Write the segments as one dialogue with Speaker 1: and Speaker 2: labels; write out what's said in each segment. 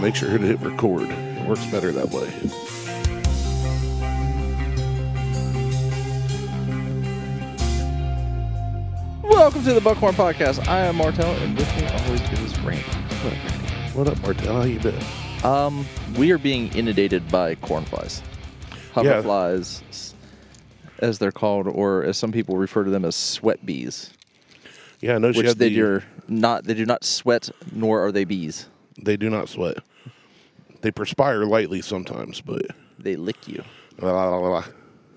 Speaker 1: make sure to hit record. It works better that way.
Speaker 2: Welcome to the Buckhorn Podcast. I am Martel, and with me always is Randy. What up, Randy?
Speaker 1: What up, Martel? How you been?
Speaker 2: Um, we are being inundated by corn flies, hover
Speaker 1: Yeah.
Speaker 2: flies, s- as they're called, or as some people refer to them as sweat bees,
Speaker 1: Yeah, I know
Speaker 2: which
Speaker 1: had
Speaker 2: they
Speaker 1: the-
Speaker 2: do not. They do not sweat, nor are they bees.
Speaker 1: They do not sweat. They perspire lightly sometimes, but
Speaker 2: They lick you.
Speaker 1: la, la, la, la.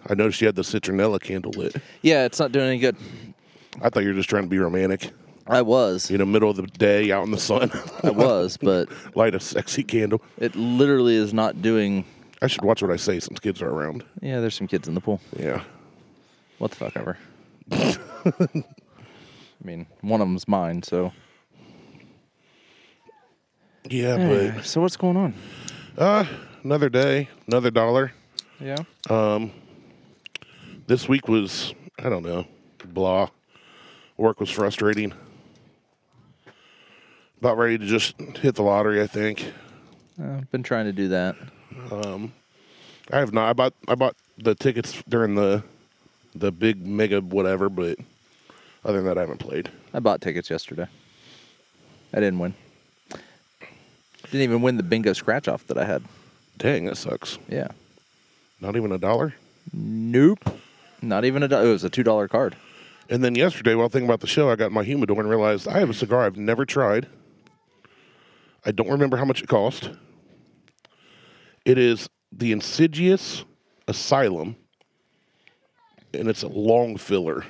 Speaker 1: I noticed you had the citronella candle lit.
Speaker 2: Yeah, it's not doing any good.
Speaker 1: I thought you were just trying to be romantic.
Speaker 2: I was,
Speaker 1: You know, middle of the day, out in the sun.
Speaker 2: I was, but
Speaker 1: Light a sexy candle.
Speaker 2: it literally is not doing.
Speaker 1: I should watch what I say since kids are around.
Speaker 2: Yeah, there's some kids in the pool.
Speaker 1: Yeah.
Speaker 2: What the fuck ever. I mean, one of them's mine, so.
Speaker 1: Yeah, but
Speaker 2: So what's going on?
Speaker 1: another day, another dollar.
Speaker 2: Yeah.
Speaker 1: This week was, I don't know, blah. Work was frustrating. About ready to just hit the lottery, I think.
Speaker 2: I've been trying to do that.
Speaker 1: I have not. I bought I bought the tickets during the the big mega whatever, but other than that, I haven't played.
Speaker 2: I bought tickets yesterday. I didn't win. Didn't even win the bingo scratch off that I had.
Speaker 1: Dang, that sucks.
Speaker 2: Yeah.
Speaker 1: Not even a dollar.
Speaker 2: Nope. Not even a dollar. It was a two dollar card.
Speaker 1: And then yesterday, while thinking about the show, I got my humidor and realized I have a cigar I've never tried. I don't remember how much it cost. It is the Insidious Asylum, and it's a long filler.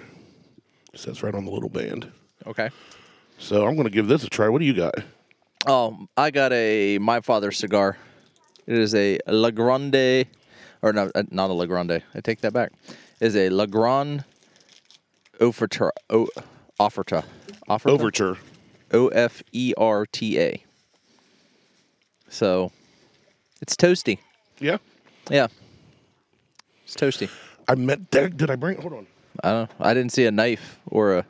Speaker 1: It says right on the little band.
Speaker 2: Okay.
Speaker 1: So I'm going to give this a try. What do you got?
Speaker 2: Oh, I got a my father's cigar. It is a La Grande, or no, uh, not a La Grande. I take that back. It is a La Grande Offerta. O- Offerta. Offerta?
Speaker 1: Overture.
Speaker 2: O F E R T A. So it's toasty.
Speaker 1: Yeah.
Speaker 2: Yeah. It's toasty.
Speaker 1: I met. Did did I bring? Hold on.
Speaker 2: I don't know. I didn't see a knife or a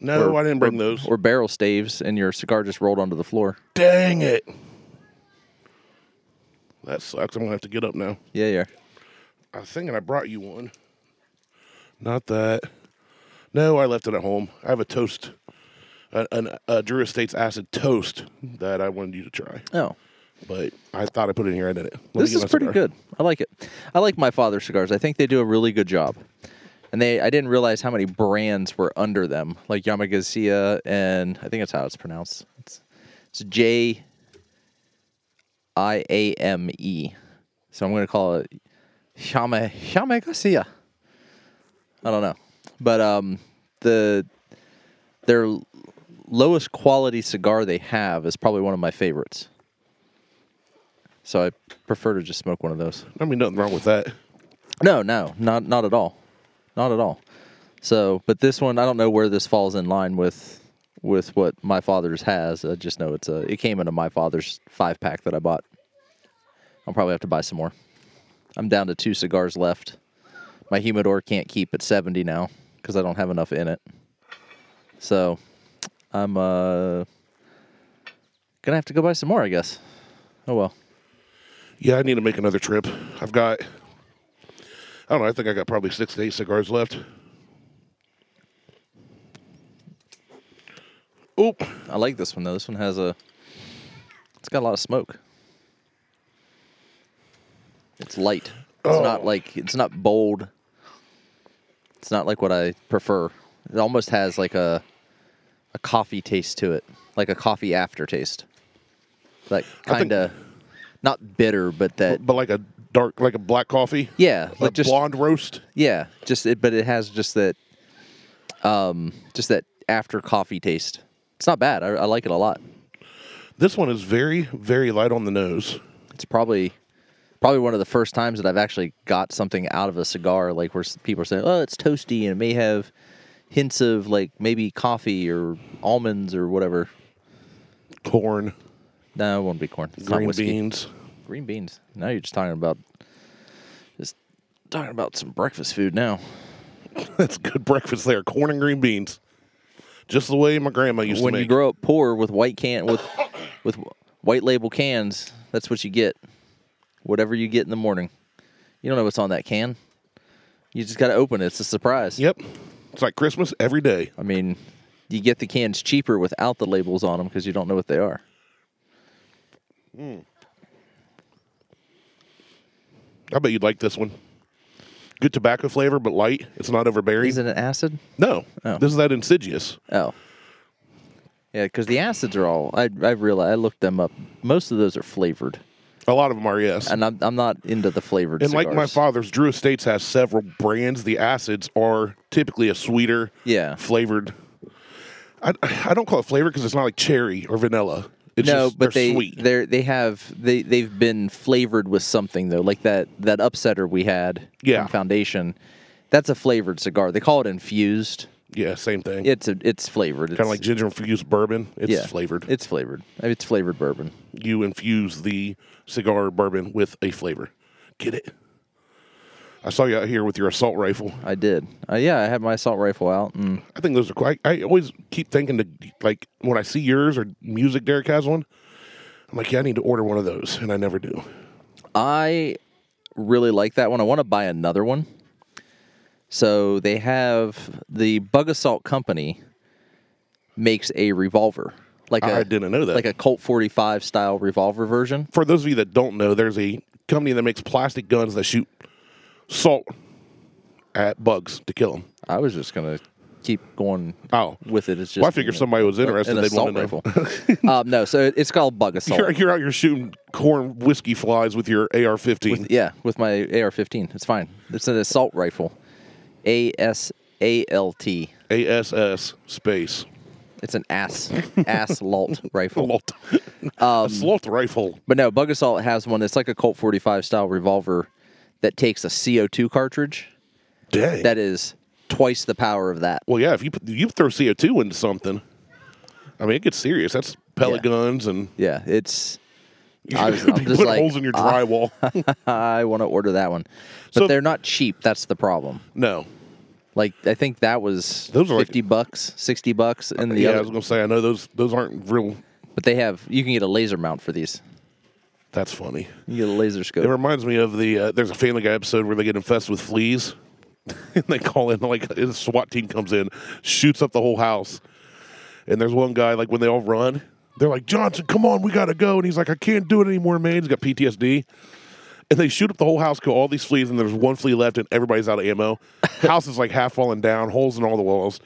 Speaker 1: No,
Speaker 2: or-
Speaker 1: Oh, I didn't bring
Speaker 2: or-
Speaker 1: those.
Speaker 2: or barrel staves and your cigar just rolled onto the floor.
Speaker 1: Dang it. That sucks. I'm going to have to get up now.
Speaker 2: Yeah, yeah.
Speaker 1: I was thinking I brought you one. Not that. No, I left it at home. I have a toast, a, an, a Drew Estates acid toast that I wanted you to try,
Speaker 2: Oh.
Speaker 1: but I thought I put it in here. I didn't. Let me
Speaker 2: This
Speaker 1: get
Speaker 2: is
Speaker 1: my
Speaker 2: pretty
Speaker 1: cigar.
Speaker 2: good. I like it. I like my father's cigars. I think they do a really good job. And they I didn't realize how many brands were under them, like Yamagazia and I think that's how it's pronounced. It's it's J I A M E. So I'm gonna call it Yama Yamagazia. I don't know. But um the their lowest quality cigar they have is probably one of my favorites. So I prefer to just smoke one of those.
Speaker 1: I mean, nothing wrong with that.
Speaker 2: No, no, not not at all, not at all. So, but this one, I don't know where this falls in line with with what my father's has. I just know it's a. It came into my father's five pack that I bought. I'll probably have to buy some more. I'm down to two cigars left. My humidor can't keep at 70 now because I don't have enough in it. So, I'm uh gonna have to go buy some more, I guess. Oh well.
Speaker 1: Yeah, I need to make another trip. I've got, I don't know. I think I got probably six to eight cigars left. Oop.
Speaker 2: I like this one though. This one has a. It's got a lot of smoke. It's light. It's
Speaker 1: Oh.
Speaker 2: not like it's not bold. It's not like what I prefer. It almost has like a, a coffee taste to it, like a coffee aftertaste. Like
Speaker 1: I think-
Speaker 2: kind of, not bitter, but that
Speaker 1: but like a dark, like a black coffee.
Speaker 2: yeah,
Speaker 1: like
Speaker 2: like just
Speaker 1: blonde roast.
Speaker 2: yeah, just it, but it has just that, um, just that after coffee taste. It's not bad. I, I like it a lot.
Speaker 1: This one is very, very light on the nose.
Speaker 2: it's probably probably one of the first times that I've actually got something out of a cigar, like where s- people are saying, "Oh, it's toasty," and it may have hints of like maybe coffee or almonds or whatever.
Speaker 1: Corn,
Speaker 2: No, it won't be corn. It's not
Speaker 1: green
Speaker 2: whiskey.
Speaker 1: beans.
Speaker 2: Green beans. Now you're just talking about just talking about some breakfast food now.
Speaker 1: That's good breakfast there. Corn and green beans, just the way my grandma used
Speaker 2: when
Speaker 1: to
Speaker 2: you
Speaker 1: make.
Speaker 2: grow up poor with white can with with White label cans, that's what you get. Whatever you get in the morning. You don't know what's on that can. You just got to open it. It's a surprise.
Speaker 1: Yep. It's like Christmas every day.
Speaker 2: I mean, you get the cans cheaper without the labels on them because you don't know what they are.
Speaker 1: I bet you'd like this one. Good tobacco flavor, but light. It's not overbearing.
Speaker 2: Is it an acid?
Speaker 1: No,
Speaker 2: Oh.
Speaker 1: this is that insidious.
Speaker 2: Oh. Yeah, because the acids are all. I I realized I looked them up. Most of those are flavored,
Speaker 1: A lot of them are yes, and,
Speaker 2: and I'm I'm not into the flavored.
Speaker 1: like my
Speaker 2: cigars.
Speaker 1: father's, Drew Estates has several brands. The acids are typically a sweeter,
Speaker 2: Yeah.
Speaker 1: flavored. I I don't call it flavor because it's not like cherry or vanilla. It's
Speaker 2: No,
Speaker 1: just,
Speaker 2: but
Speaker 1: they're
Speaker 2: they
Speaker 1: sweet.
Speaker 2: they they have they they've been flavored with something though, like that that upsetter we had.
Speaker 1: Yeah.
Speaker 2: from Foundation. That's a flavored cigar. They call it infused.
Speaker 1: yeah, same thing.
Speaker 2: It's a it's flavored. It's
Speaker 1: kind of like ginger infused bourbon. It's
Speaker 2: yeah,
Speaker 1: flavored.
Speaker 2: It's flavored. It's flavored bourbon.
Speaker 1: you infuse the cigar bourbon with a flavor. Get it? I saw you out here with your assault rifle.
Speaker 2: I did. Uh, yeah, I had my assault rifle out. And
Speaker 1: I think those are quite. I always keep thinking to like when I see yours or music Derek has one. I'm like, yeah, I need to order one of those, and I never do.
Speaker 2: I really like that one. I want to buy another one. So they have the Bug Assault Company makes a revolver, like a
Speaker 1: I didn't know that.
Speaker 2: like a Colt 45 style revolver version.
Speaker 1: For those of you that don't know, there's a company that makes plastic guns that shoot salt at bugs to kill them.
Speaker 2: I was just gonna keep going
Speaker 1: Oh,
Speaker 2: with it. It's just
Speaker 1: well, I figure
Speaker 2: you know,
Speaker 1: somebody was interested.
Speaker 2: an
Speaker 1: They'd
Speaker 2: assault
Speaker 1: want to
Speaker 2: rifle.
Speaker 1: know.
Speaker 2: um, no, so it- it's called Bug Assault.
Speaker 1: You're, you're out here shooting corn whiskey flies with your AR-15.
Speaker 2: Yeah, with my AR-15, it's fine. It's an assault rifle, A S A L T.
Speaker 1: ASS space.
Speaker 2: It's an ass ass lalt rifle.
Speaker 1: Slot.
Speaker 2: Um,
Speaker 1: a slot rifle.
Speaker 2: But no, Bug Assault has one. It's like a Colt 45 style revolver that takes a CO2 cartridge
Speaker 1: Dang.
Speaker 2: that is twice the power of that.
Speaker 1: well, yeah. If you put- you throw CO two into something, I mean, it gets serious. That's pellet
Speaker 2: Yeah.
Speaker 1: guns and
Speaker 2: Yeah, it's.
Speaker 1: you
Speaker 2: I was- I'm just
Speaker 1: put
Speaker 2: like,
Speaker 1: holes in your
Speaker 2: ah.
Speaker 1: drywall.
Speaker 2: I want to order that one, but
Speaker 1: So-
Speaker 2: they're not cheap. That's the problem.
Speaker 1: no.
Speaker 2: Like I think that was
Speaker 1: Those are like-
Speaker 2: fifty bucks, sixty bucks, and the
Speaker 1: yeah, I
Speaker 2: other.
Speaker 1: was gonna say I know those those aren't real.
Speaker 2: But they have you can get a laser mount for these.
Speaker 1: That's funny.
Speaker 2: You get a laser
Speaker 1: It
Speaker 2: scope.
Speaker 1: reminds me of the uh, there's a Family Guy episode where they get infested with fleas, and they call in like a SWAT team comes in, shoots up the whole house, and there's one guy like when they all run, they're like Johnson, come on, we gotta go, and he's like I can't do it anymore, man. He's got PTSD, and they shoot up the whole house, kill all these fleas, and there's one flea left, and everybody's out of ammo. house is like half falling down, holes in all the walls,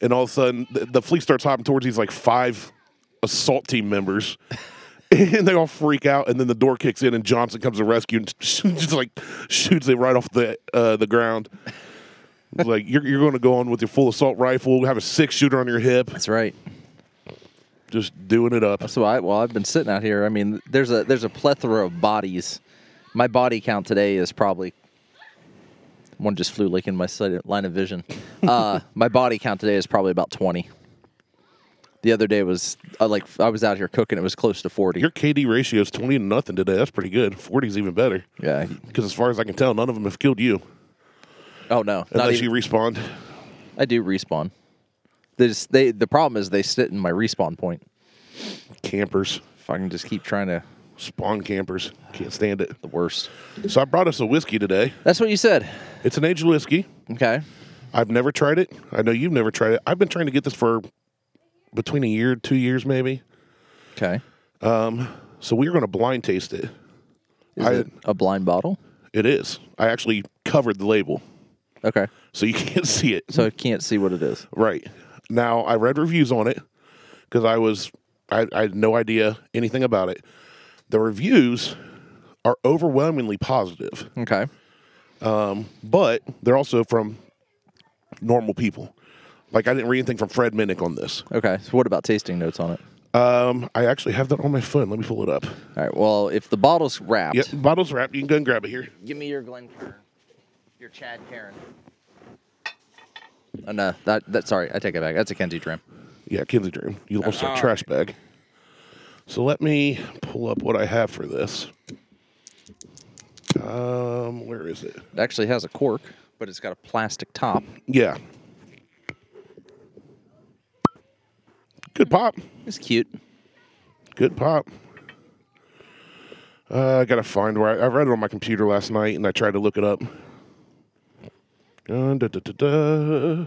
Speaker 1: and all of a sudden the, the flea starts hopping towards these like five assault team members. And they all freak out, and then the door kicks in, and Johnson comes to rescue and just like shoots it right off the uh, the ground. It's like you're you're going to go on with your full assault rifle, have a six shooter on your hip,
Speaker 2: That's right.
Speaker 1: just doing it up.
Speaker 2: So I well I've been sitting out here. I mean, there's a there's a plethora of bodies. My body count today is probably one just flew like in my sight- line of vision. Uh, my body count today is probably about twenty. The other day was uh, like I was out here cooking. It was close to forty.
Speaker 1: Your KD ratio is twenty to nothing today. That's pretty good. Forty's even better
Speaker 2: yeah.
Speaker 1: because as far as I can tell, none of them have killed you
Speaker 2: Oh no. Not
Speaker 1: unless
Speaker 2: even,
Speaker 1: you respawned.
Speaker 2: I do respawn. They just, they the problem is they sit in my respawn point.
Speaker 1: Campers,
Speaker 2: If I can just keep trying to
Speaker 1: spawn campers, can't stand it.
Speaker 2: the worst.
Speaker 1: So I brought us a whiskey today.
Speaker 2: That's what you said.
Speaker 1: It's an aged whiskey.
Speaker 2: Okay.
Speaker 1: I've never tried it. I know you've never tried it. I've been trying to get this for between a year, two years, maybe.
Speaker 2: Okay.
Speaker 1: So we're going to blind taste it.
Speaker 2: Is
Speaker 1: I-
Speaker 2: it a blind bottle?
Speaker 1: It is. I actually covered the label,
Speaker 2: Okay.
Speaker 1: so you can't see it.
Speaker 2: So I can't see what it is.
Speaker 1: Right now, I read reviews on it because I was I, I had no idea anything about it. The reviews are overwhelmingly positive,
Speaker 2: Okay.
Speaker 1: but they're also from normal people. Like I didn't read anything from Fred Minnick on this.
Speaker 2: Okay. So what about tasting notes on it?
Speaker 1: Um, I actually have that on my phone. Let me pull it up.
Speaker 2: All right. Well, if the bottle's wrapped,
Speaker 1: Yep, bottle's wrapped. You can go and grab it here.
Speaker 2: give me your Glencairn, your Chad Karen. Oh, no, that that sorry, I take it back. That's a Kenzie Trim.
Speaker 1: Yeah, Kinsey Dream. You lost that trash bag. So let me pull up what I have for this. Um, where is it?
Speaker 2: It actually has a cork, but it's got a plastic top.
Speaker 1: Yeah. Good pop.
Speaker 2: It's cute.
Speaker 1: Good pop. Uh, I gotta find where I, I read it on my computer last night, and I tried to look it up. Uh, da, da, da, da.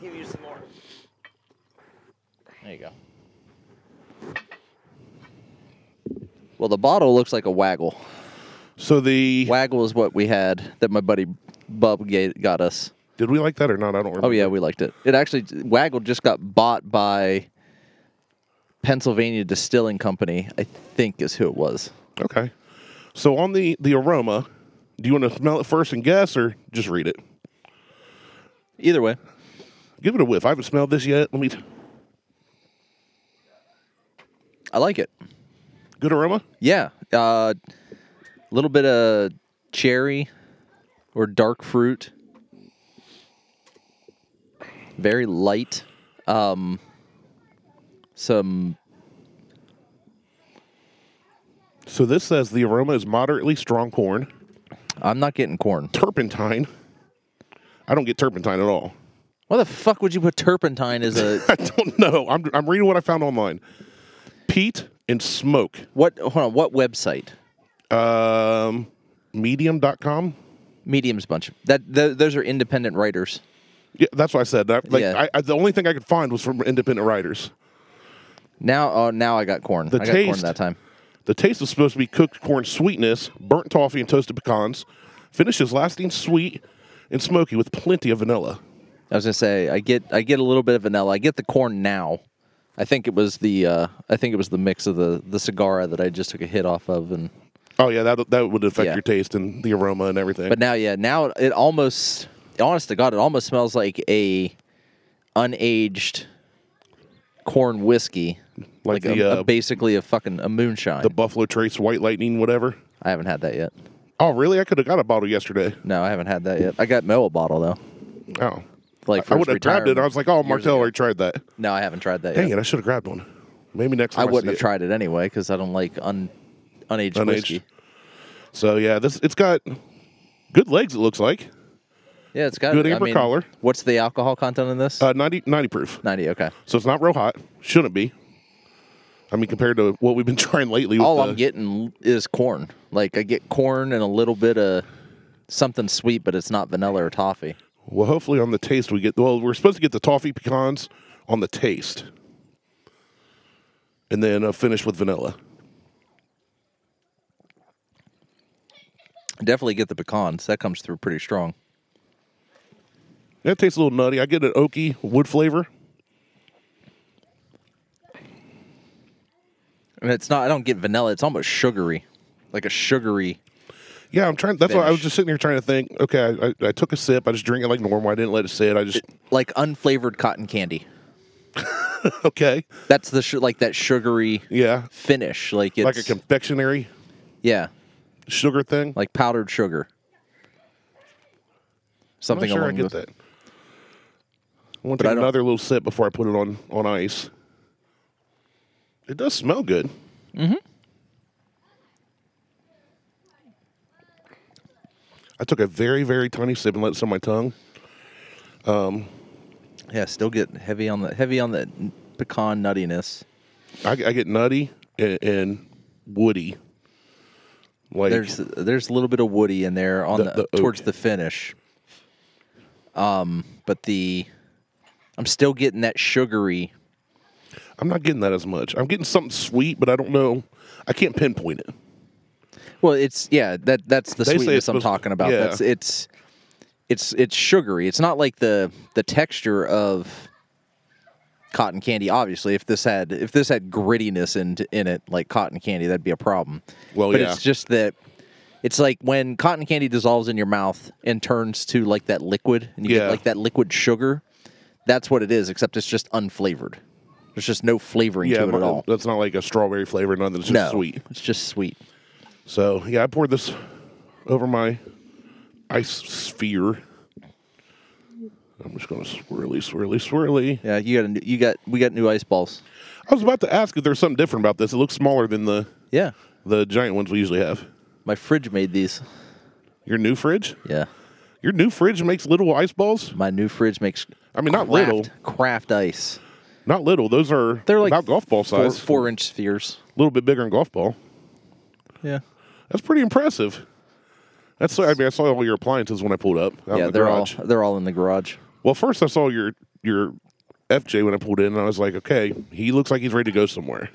Speaker 3: Give you some more.
Speaker 2: There you go. Well, the bottle looks like a waggle.
Speaker 1: So the
Speaker 2: Waggle is what we had that my buddy Bub ga- got us.
Speaker 1: did we like that or not? I don't remember.
Speaker 2: Oh yeah, we liked it. It actually Waggle just got bought by Pennsylvania Distilling Company. I think is who it was.
Speaker 1: Okay. So on the the aroma, do you want to smell it first and guess, or just read it?
Speaker 2: Either way,
Speaker 1: Give it a whiff. I haven't smelled this yet. Let me. T-
Speaker 2: I like it.
Speaker 1: Good aroma.
Speaker 2: Yeah, a uh, little bit of cherry or dark fruit. Very light. Um, some
Speaker 1: So this says the aroma is moderately strong corn,
Speaker 2: I'm not getting corn.
Speaker 1: turpentine. I don't get turpentine at all.
Speaker 2: Why the fuck would you put turpentine as a
Speaker 1: I don't know. I'm I'm reading what I found online. Peat and smoke.
Speaker 2: what? Hold on, what website?
Speaker 1: Um, medium.com.
Speaker 2: Medium's bunch. of- That th- those are independent writers.
Speaker 1: Yeah, that's what I said. That, like,
Speaker 2: Yeah.
Speaker 1: I, I, the only thing I could find was from independent writers.
Speaker 2: Now, oh, now I got corn.
Speaker 1: The
Speaker 2: I got corn
Speaker 1: taste-
Speaker 2: that time.
Speaker 1: The taste is supposed to be cooked corn sweetness, burnt toffee, and toasted pecans. Finish is lasting sweet and smoky with plenty of vanilla.
Speaker 2: I was gonna say I get I get a little bit of vanilla. I get the corn now. I think it was the uh, I think it was the mix of the the cigar that I just took a hit off of, and
Speaker 1: Oh yeah, that that would affect
Speaker 2: Yeah.
Speaker 1: your taste and the aroma and everything.
Speaker 2: but now yeah now it almost honest to God it almost smells like a unaged corn whiskey
Speaker 1: Like
Speaker 2: a-
Speaker 1: the,
Speaker 2: a,
Speaker 1: uh,
Speaker 2: basically a fucking a moonshine.
Speaker 1: the Buffalo Trace White Lightning, whatever.
Speaker 2: I haven't had that yet.
Speaker 1: Oh really? I could have got a bottle yesterday.
Speaker 2: No, I haven't had that yet. I got Moa bottle though.
Speaker 1: Oh,
Speaker 2: Like
Speaker 1: I
Speaker 2: for his
Speaker 1: would have grabbed it. I
Speaker 2: retirement.
Speaker 1: was like, oh,
Speaker 2: years
Speaker 1: Martell
Speaker 2: ago.
Speaker 1: already tried that.
Speaker 2: No, I haven't tried that
Speaker 1: Dang
Speaker 2: yet.
Speaker 1: it, I should have grabbed one. Maybe next
Speaker 2: I
Speaker 1: time I,
Speaker 2: wouldn't
Speaker 1: see
Speaker 2: have
Speaker 1: it.
Speaker 2: tried it anyway because I don't like un, unaged,
Speaker 1: Unaged.
Speaker 2: whiskey.
Speaker 1: So yeah, this it's got good legs. It looks like
Speaker 2: Yeah, it's got
Speaker 1: Good
Speaker 2: I
Speaker 1: amber
Speaker 2: mean,
Speaker 1: collar.
Speaker 2: What's the alcohol content in this?
Speaker 1: uh, 90, 90 proof.
Speaker 2: Ninety. Okay.
Speaker 1: So it's not real hot. Shouldn't be. I mean, compared to what we've been trying lately. With
Speaker 2: All
Speaker 1: the, uh,
Speaker 2: I'm getting is corn. Like I get corn and a little bit of something sweet, but it's not vanilla or toffee.
Speaker 1: Well, hopefully on the taste we get. Well, we're supposed to get the toffee pecans on the taste, and then uh, finish with vanilla.
Speaker 2: Definitely get the pecans. That comes through pretty strong.
Speaker 1: That tastes a little nutty. I get an oaky wood flavor.
Speaker 2: And it's not. I don't get vanilla. It's almost sugary, like a sugary.
Speaker 1: Yeah, I'm trying. That's why I was
Speaker 2: Finish.
Speaker 1: just sitting here trying to think. Okay, I, I took a sip. I just drink it like normal. I didn't let it sit. I just
Speaker 2: like unflavored cotton candy.
Speaker 1: okay.
Speaker 2: That's the su- like that sugary
Speaker 1: Yeah,
Speaker 2: finish. Like it's
Speaker 1: like a confectionery
Speaker 2: yeah,
Speaker 1: sugar thing.
Speaker 2: like powdered sugar.
Speaker 1: I'm not
Speaker 2: Something
Speaker 1: sure I
Speaker 2: along
Speaker 1: get
Speaker 2: those-
Speaker 1: that. I want to
Speaker 2: But I
Speaker 1: take
Speaker 2: don't-
Speaker 1: another little sip before I put it on on ice. It does smell good. Mm-hmm. I took a very very tiny sip and let it sit on my tongue.
Speaker 2: Yeah, still get heavy on the heavy on the n- pecan nuttiness.
Speaker 1: I, I get nutty and, and woody. Like
Speaker 2: There's there's a little bit of woody in there on
Speaker 1: The-
Speaker 2: the,
Speaker 1: the oak.
Speaker 2: towards the finish. Um, but the I'm still getting that sugary.
Speaker 1: I'm not getting that as much. I'm getting something sweet, but I don't know. I can't pinpoint it.
Speaker 2: Well, it's yeah that that's the
Speaker 1: They say it's
Speaker 2: sweetness I'm
Speaker 1: supposed to-
Speaker 2: talking about.
Speaker 1: yeah.
Speaker 2: That's it's it's it's sugary. It's not like the the texture of cotton candy. Obviously, if this had if this had grittiness in in it like cotton candy, that'd be a problem.
Speaker 1: Well,
Speaker 2: but
Speaker 1: yeah.
Speaker 2: it's just that it's like when cotton candy dissolves in your mouth and turns to like that liquid, and you
Speaker 1: Yeah.
Speaker 2: get like that liquid sugar. That's what it is, except it's just unflavored. There's just no flavoring
Speaker 1: Yeah,
Speaker 2: to it at
Speaker 1: my-
Speaker 2: all.
Speaker 1: that's not like a strawberry flavor. Nothing. It's
Speaker 2: no,
Speaker 1: just sweet.
Speaker 2: It's just sweet.
Speaker 1: So yeah, I poured this over my ice sphere. I'm just gonna swirly, swirly, swirly.
Speaker 2: Yeah, you got a new, you got we got new ice balls.
Speaker 1: I was about to ask if there's something different about this. It looks smaller than the
Speaker 2: Yeah.
Speaker 1: the giant ones we usually have.
Speaker 2: My fridge made these.
Speaker 1: Your new fridge?
Speaker 2: Yeah.
Speaker 1: Your new fridge makes little ice balls?
Speaker 2: My new fridge makes
Speaker 1: I mean, not
Speaker 2: craft,
Speaker 1: little,
Speaker 2: craft ice.
Speaker 1: not little. Those are
Speaker 2: They're like
Speaker 1: about golf ball
Speaker 2: four,
Speaker 1: size.
Speaker 2: four inch spheres.
Speaker 1: a little bit bigger than golf ball.
Speaker 2: Yeah.
Speaker 1: That's pretty impressive. That's I mean I saw all your appliances when I pulled up. out in
Speaker 2: yeah,
Speaker 1: the
Speaker 2: they're
Speaker 1: garage.
Speaker 2: all they're all in the garage.
Speaker 1: Well, first I saw your your FJ when I pulled in, and I was like, okay, he looks like he's ready to go somewhere.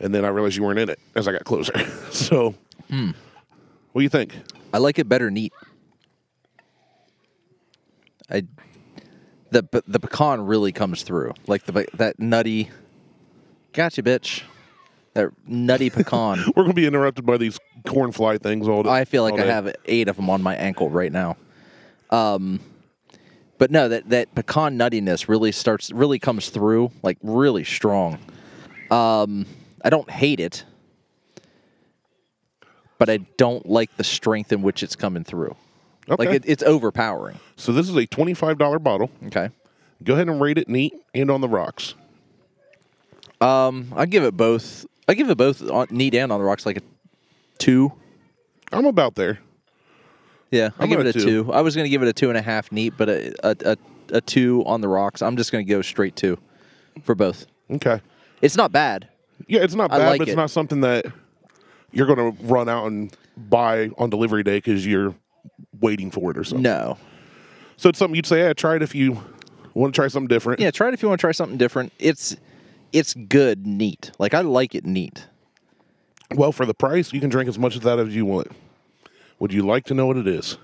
Speaker 1: And then I realized you weren't in it as I got closer. so,
Speaker 2: Hmm.
Speaker 1: what do you think?
Speaker 2: I like it better neat. I the pe- the pecan really comes through, like the pe- that nutty. Gotcha, bitch. That nutty pecan.
Speaker 1: We're gonna be interrupted by these corn fly things all.
Speaker 2: I feel like
Speaker 1: all
Speaker 2: I
Speaker 1: day.
Speaker 2: have eight of them on my ankle right now. Um, but no, that that pecan nuttiness really starts, really comes through, like really strong. Um, I don't hate it, but I don't like the strength in which it's coming through.
Speaker 1: Okay.
Speaker 2: Like it, it's overpowering.
Speaker 1: so this is a twenty-five dollar bottle.
Speaker 2: Okay,
Speaker 1: Go ahead and rate it neat and on the rocks.
Speaker 2: I give it both. I give it both on, neat and on the rocks, like a two.
Speaker 1: I'm about there.
Speaker 2: Yeah, I
Speaker 1: I'm
Speaker 2: give
Speaker 1: gonna
Speaker 2: it a two.
Speaker 1: two.
Speaker 2: I was gonna give it a two and a half neat, but a a, a a two on the rocks. I'm just gonna go straight two for both.
Speaker 1: Okay.
Speaker 2: It's not bad.
Speaker 1: Yeah, it's not
Speaker 2: I
Speaker 1: bad,
Speaker 2: like
Speaker 1: but it's
Speaker 2: it.
Speaker 1: not something that you're gonna run out and buy on delivery day because you're waiting for it or something.
Speaker 2: No.
Speaker 1: So it's something you'd say, yeah, try it if you want to try something different.
Speaker 2: Yeah, try it if you want to try something different. It's it's good neat. Like I like it neat.
Speaker 1: Well, for the price, you can drink as much of that as you want. Would you like to know what it is?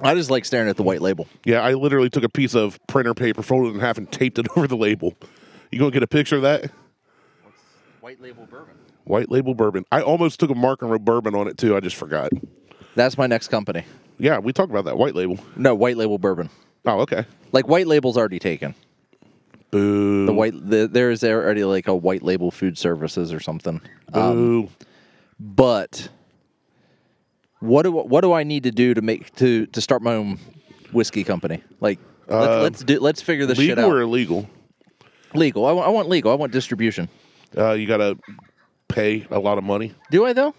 Speaker 2: I just like staring at the white label.
Speaker 1: Yeah, I literally took a piece of printer paper, folded it in half, and taped it over the label. You gonna get a picture of that?
Speaker 2: White label bourbon.
Speaker 1: White label bourbon. I almost took a Mark and Row bourbon on it too. I just forgot.
Speaker 2: That's my next company.
Speaker 1: Yeah, we talked about that white label.
Speaker 2: No, white label bourbon.
Speaker 1: Oh, okay.
Speaker 2: Like white label's already taken.
Speaker 1: Boo.
Speaker 2: The white the, there is already like a white label food services or something. Um,
Speaker 1: Boo.
Speaker 2: but what do what do I need to do to make to to start my own whiskey company? Like let's,
Speaker 1: Um,
Speaker 2: let's do let's figure this shit
Speaker 1: legal
Speaker 2: out.
Speaker 1: or illegal?
Speaker 2: legal. I want I want legal. I want distribution.
Speaker 1: Uh, you gotta pay a lot of money.
Speaker 2: Do I though?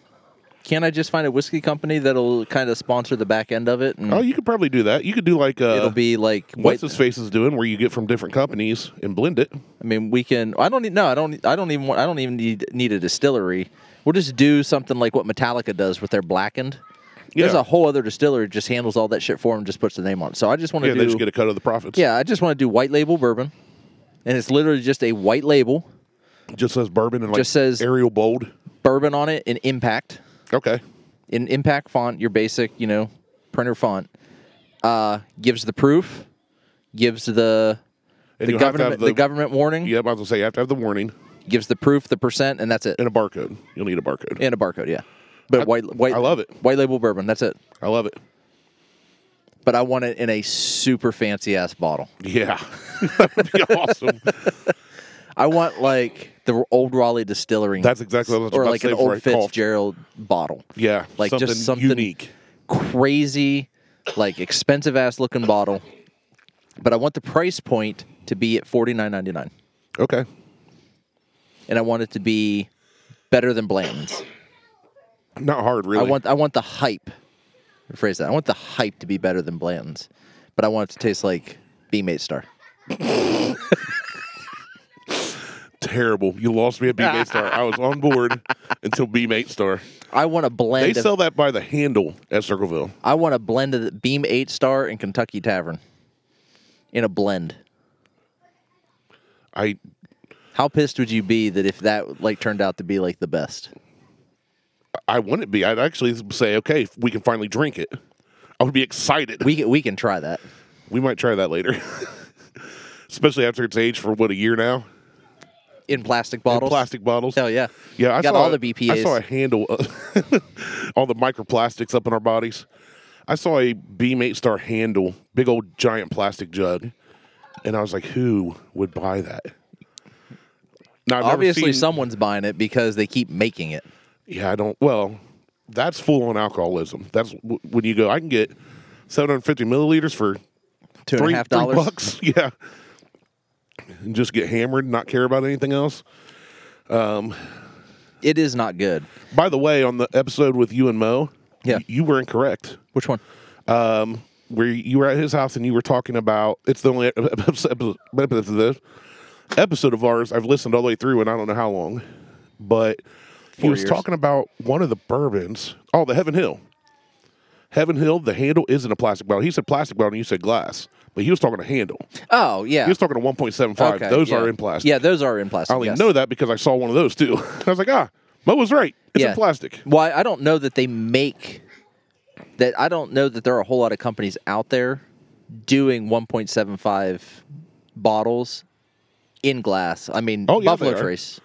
Speaker 2: Can't I just find a whiskey company that'll kind of sponsor the back end of it and
Speaker 1: Oh, you could probably do that. You could do like uh,
Speaker 2: it'll be like
Speaker 1: what's
Speaker 2: white?
Speaker 1: his face is doing, where you get from different companies and blend it.
Speaker 2: I mean, we can. I don't need. No, I don't. I don't even. Want, I don't even need need a distillery. We'll just do something like what Metallica does with their blackened. There's
Speaker 1: Yeah.
Speaker 2: a whole other distillery just handles all that shit for them, just puts the name on. it. So I just want to
Speaker 1: Yeah,
Speaker 2: do.
Speaker 1: they just get a cut of the profits.
Speaker 2: Yeah, I just want to do white label bourbon, and it's literally just a white label
Speaker 1: just says bourbon and like
Speaker 2: Just says-
Speaker 1: Arial bold.
Speaker 2: bourbon on it in impact,
Speaker 1: Okay,
Speaker 2: in impact font, your basic, you know, printer font. Uh, gives the proof, gives the
Speaker 1: And
Speaker 2: the
Speaker 1: you have to have
Speaker 2: government the,
Speaker 1: the-
Speaker 2: government warning,
Speaker 1: yeah, I was gonna say you have to have the warning
Speaker 2: gives the proof, the percent, and that's it,
Speaker 1: and a barcode. You'll need a barcode.
Speaker 2: and a barcode. Yeah, but white white
Speaker 1: I love it.
Speaker 2: white label bourbon. That's it.
Speaker 1: I love it.
Speaker 2: But I want it in a super fancy ass bottle.
Speaker 1: Yeah, that would be awesome.
Speaker 2: I want like the old Raleigh Distillery.
Speaker 1: That's exactly what I was
Speaker 2: or
Speaker 1: about
Speaker 2: like
Speaker 1: to say
Speaker 2: an
Speaker 1: before
Speaker 2: old
Speaker 1: I coughed.
Speaker 2: Fitzgerald bottle.
Speaker 1: Yeah,
Speaker 2: like just something
Speaker 1: unique.
Speaker 2: crazy, like expensive ass looking bottle. But I want the price point to be at forty nine ninety nine,
Speaker 1: Okay,
Speaker 2: and I want it to be better than Blanton's.
Speaker 1: not hard
Speaker 2: I
Speaker 1: really.
Speaker 2: want I want the hype. Rephrase that. I want the hype to be better than Blanton's, but I want it to taste like B Mate Star.
Speaker 1: terrible. You lost me at B Mate Star. I was on board until B Mate Star.
Speaker 2: I want a
Speaker 1: They
Speaker 2: blend. Of,
Speaker 1: sell that by the handle at Circleville.
Speaker 2: I want a blend of the Beam Eight Star and Kentucky Tavern in a blend.
Speaker 1: I
Speaker 2: How pissed would you be that if that like turned out to be like the best?
Speaker 1: I wouldn't be. I'd actually say, okay, we can finally drink it. I would be excited.
Speaker 2: We can- we can try that.
Speaker 1: We might try that later, especially after it's aged for what a year now.
Speaker 2: in plastic bottles.
Speaker 1: Plastic bottles.
Speaker 2: Hell yeah.
Speaker 1: Yeah, I
Speaker 2: got
Speaker 1: saw
Speaker 2: all
Speaker 1: a-
Speaker 2: the
Speaker 1: I saw a
Speaker 2: BPAs.
Speaker 1: handle, all the microplastics up in our bodies. I saw a Beam Eight Star handle, big old giant plastic jug, and I was like, who would buy that? Now, I've never seen-
Speaker 2: Obviously, someone's buying it because they keep making it.
Speaker 1: Yeah, I don't. Well, that's full on alcoholism. That's w- when you go. I can get seven hundred fifty milliliters for
Speaker 2: Two and
Speaker 1: three,
Speaker 2: a half
Speaker 1: three
Speaker 2: dollars.
Speaker 1: bucks. Yeah. And just get hammered, and not care about anything else.
Speaker 2: It is not good.
Speaker 1: By the way, on the episode with you and Mo,
Speaker 2: Yeah.
Speaker 1: y- you were incorrect.
Speaker 2: Which one?
Speaker 1: Where you were at his house and you were talking about it's the only episode episode of ours I've listened all the way through, and I don't know how long, but he
Speaker 2: Four
Speaker 1: was
Speaker 2: years.
Speaker 1: talking about one of the bourbons. Oh, the Heaven Hill. Heaven Hill, the handle isn't a plastic bottle. He said plastic bottle and you said glass. But he was talking a handle.
Speaker 2: Oh yeah.
Speaker 1: He was talking a 1.75.
Speaker 2: Okay,
Speaker 1: those
Speaker 2: yeah.
Speaker 1: are in plastic.
Speaker 2: Yeah, those are in plastic.
Speaker 1: I only
Speaker 2: yes.
Speaker 1: know that because I saw one of those too. I was like, ah, Mo was right. It's
Speaker 2: Yeah.
Speaker 1: in plastic.
Speaker 2: Well, I don't know that they make that. I don't know that there are a whole lot of companies out there doing 1.75 bottles in glass. I mean,
Speaker 1: Oh, yeah,
Speaker 2: Buffalo
Speaker 1: they are.
Speaker 2: Trace.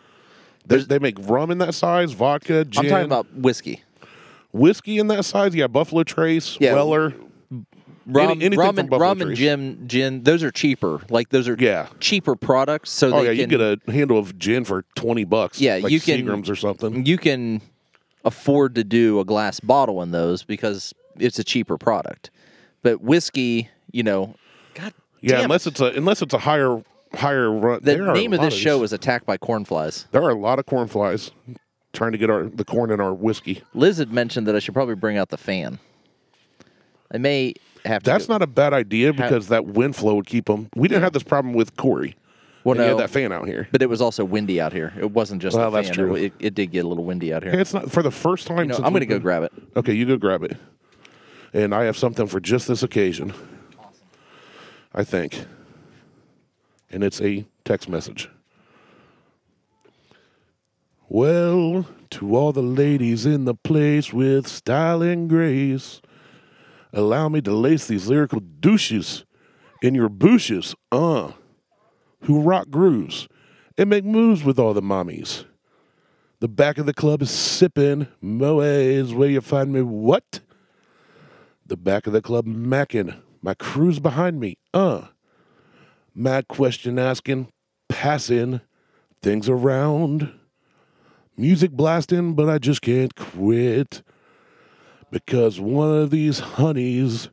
Speaker 1: They, they make rum in that size, vodka, gin.
Speaker 2: I'm talking about whiskey,
Speaker 1: whiskey in that size. Yeah, Buffalo Trace,
Speaker 2: Yeah.
Speaker 1: Weller.
Speaker 2: rum,
Speaker 1: anything
Speaker 2: rum,
Speaker 1: from
Speaker 2: and,
Speaker 1: Buffalo
Speaker 2: rum and
Speaker 1: Trace.
Speaker 2: gin. Gin. Those are cheaper. Like those are
Speaker 1: Yeah.
Speaker 2: cheaper products. So
Speaker 1: Oh
Speaker 2: they
Speaker 1: yeah,
Speaker 2: can,
Speaker 1: you get a handle of gin for twenty bucks.
Speaker 2: Yeah,
Speaker 1: like
Speaker 2: you can-
Speaker 1: Seagrams or something.
Speaker 2: you can afford to do a glass bottle in those because it's a cheaper product. But whiskey, you know, God
Speaker 1: Yeah,
Speaker 2: damn
Speaker 1: unless
Speaker 2: it.
Speaker 1: it's a unless it's a higher higher run.
Speaker 2: the
Speaker 1: there are a
Speaker 2: name of
Speaker 1: lot
Speaker 2: this show
Speaker 1: these-
Speaker 2: is Attacked by Corn Flies.
Speaker 1: there are a lot of corn flies trying to get our the corn in our whiskey.
Speaker 2: Liz had mentioned that I should probably bring out the fan. I may have to.
Speaker 1: That's not a bad idea because that wind flow would keep them. We didn't have this problem with Corey.
Speaker 2: Well,
Speaker 1: and he
Speaker 2: no.
Speaker 1: had that fan out here.
Speaker 2: but it was also windy out here. It wasn't just
Speaker 1: Well,
Speaker 2: the fan.
Speaker 1: that's true.
Speaker 2: It, it, did get a little windy out here.
Speaker 1: It's not for the first time.
Speaker 2: You know,
Speaker 1: since
Speaker 2: I'm going to
Speaker 1: we've
Speaker 2: go
Speaker 1: been-
Speaker 2: grab it.
Speaker 1: Okay, you go grab it. And I have something for just this occasion. I think. And it's a text message. Well, to all the ladies in the place with style and grace, allow me to lace these lyrical douches in your bushes, uh, who rock grooves and make moves with all the mommies. The back of the club is sipping. Moe is where you find me. What? The back of the club macking. My crew's behind me. Uh. Mad question asking. Passing. Things around. Music blasting, but I just can't quit. Because one of these honeys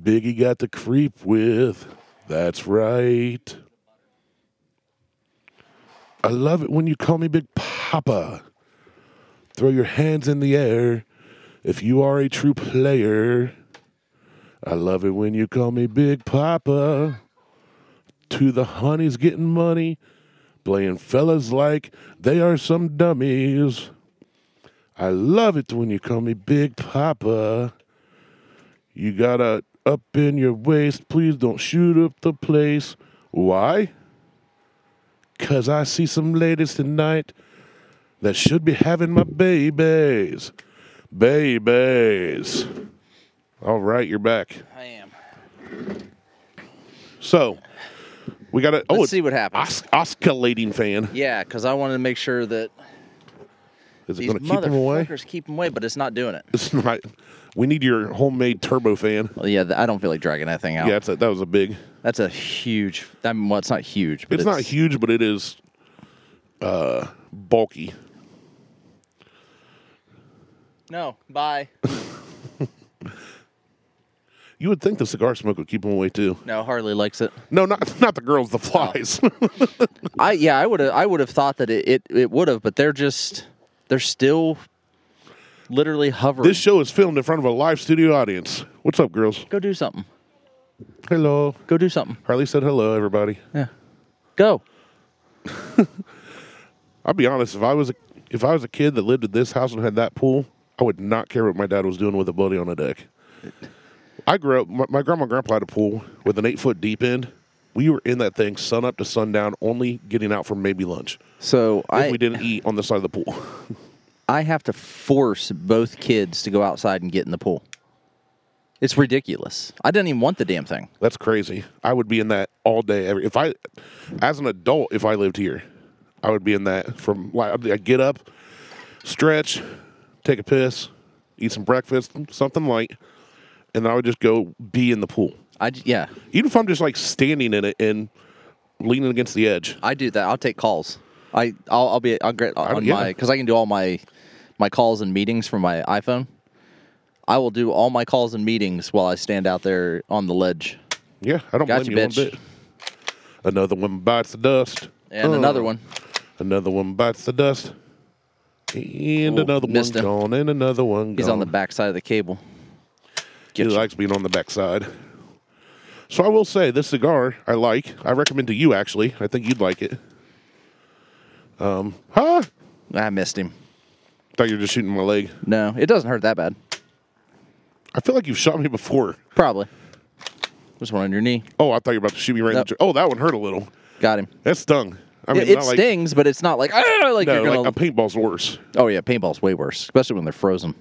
Speaker 1: Biggie got to creep with. That's right. I love it when you call me Big Papa. Throw your hands in the air if you are a true player. I love it when you call me Big Papa. To the honeys getting money, playing fellas like they are some dummies. I love it when you call me Big Papa. You gotta up in your waist, please don't shoot up the place. Why? Cause I see some ladies tonight that should be having my babies. Babies. All right, you're back.
Speaker 2: I am.
Speaker 1: So we got a oh
Speaker 2: Let's
Speaker 1: it's
Speaker 2: see what happens.
Speaker 1: os- oscillating fan.
Speaker 2: Yeah, because I wanted to make sure that
Speaker 1: Is it
Speaker 2: these
Speaker 1: gonna keep them away?
Speaker 2: motherfuckers keep them away, but it's not doing it.
Speaker 1: It's not we need your homemade turbo fan.
Speaker 2: Well, yeah, th- I don't feel like dragging that thing out.
Speaker 1: Yeah, that's a, that was a big
Speaker 2: That's a huge. I mean, well, it's not huge, but
Speaker 1: it's,
Speaker 2: it's,
Speaker 1: not huge, but it is uh bulky.
Speaker 2: No, bye.
Speaker 1: You would think the cigar smoke would keep them away too.
Speaker 2: No, Harley likes it.
Speaker 1: No, not not the girls, the flies.
Speaker 2: I yeah, I would have I would have thought that it it, it would have, but they're just they're still literally hovering.
Speaker 1: this show is filmed in front of a live studio audience. What's up, girls?
Speaker 2: Go do something.
Speaker 1: Hello.
Speaker 2: Go do something.
Speaker 1: Harley said hello, everybody.
Speaker 2: Yeah. Go.
Speaker 1: I'll be honest. If I was a, if I was a kid that lived at this house and had that pool, I would not care what my dad was doing with a buddy on a deck. I grew up. My, my grandma and grandpa had a pool with an eight foot deep end. We were in that thing sun up to sundown, only getting out for maybe lunch
Speaker 2: So
Speaker 1: if
Speaker 2: I
Speaker 1: we didn't eat on the side of the pool.
Speaker 2: I have to force both kids to go outside and get in the pool. It's ridiculous. I didn't even want the damn thing.
Speaker 1: That's crazy. I would be in that all day. Every if I, as an adult, if I lived here, I would be in that from like I get up, stretch, take a piss, eat some breakfast, something light, and then I would just go be in the pool.
Speaker 2: I j- yeah,
Speaker 1: Even if I'm just like standing in it and leaning against the edge.
Speaker 2: I do that. I'll take calls. I I'll, I'll be I'll get on
Speaker 1: yeah.
Speaker 2: my because I can do all my my calls and meetings from my iPhone. I will do all my calls and meetings while I stand out there on the ledge.
Speaker 1: Yeah, I don't
Speaker 2: Gotcha,
Speaker 1: blame you one
Speaker 2: bitch.
Speaker 1: bit. Another one bites the dust.
Speaker 2: And
Speaker 1: Uh,
Speaker 2: another one.
Speaker 1: Another one bites the dust. And
Speaker 2: Oh,
Speaker 1: another one
Speaker 2: missed him.
Speaker 1: gone. And another one gone.
Speaker 2: He's on the back side of the cable.
Speaker 1: he likes being on the backside. So I will say this cigar I like. I recommend to you actually. I think you'd like it. Um, huh?
Speaker 2: I missed him.
Speaker 1: Thought you were just shooting my leg.
Speaker 2: No, it doesn't hurt that bad.
Speaker 1: I feel like you've shot me before.
Speaker 2: Probably. There's one on your knee.
Speaker 1: Oh, I thought you were about to shoot me right. in
Speaker 2: Nope.
Speaker 1: the j- Oh, that one hurt a little.
Speaker 2: Got him.
Speaker 1: That stung. I mean,
Speaker 2: it it
Speaker 1: not like,
Speaker 2: stings, but it's not like "Ah," like
Speaker 1: No,
Speaker 2: you're gonna.
Speaker 1: like a paintball's worse.
Speaker 2: oh yeah, paintball's way worse, especially when they're frozen.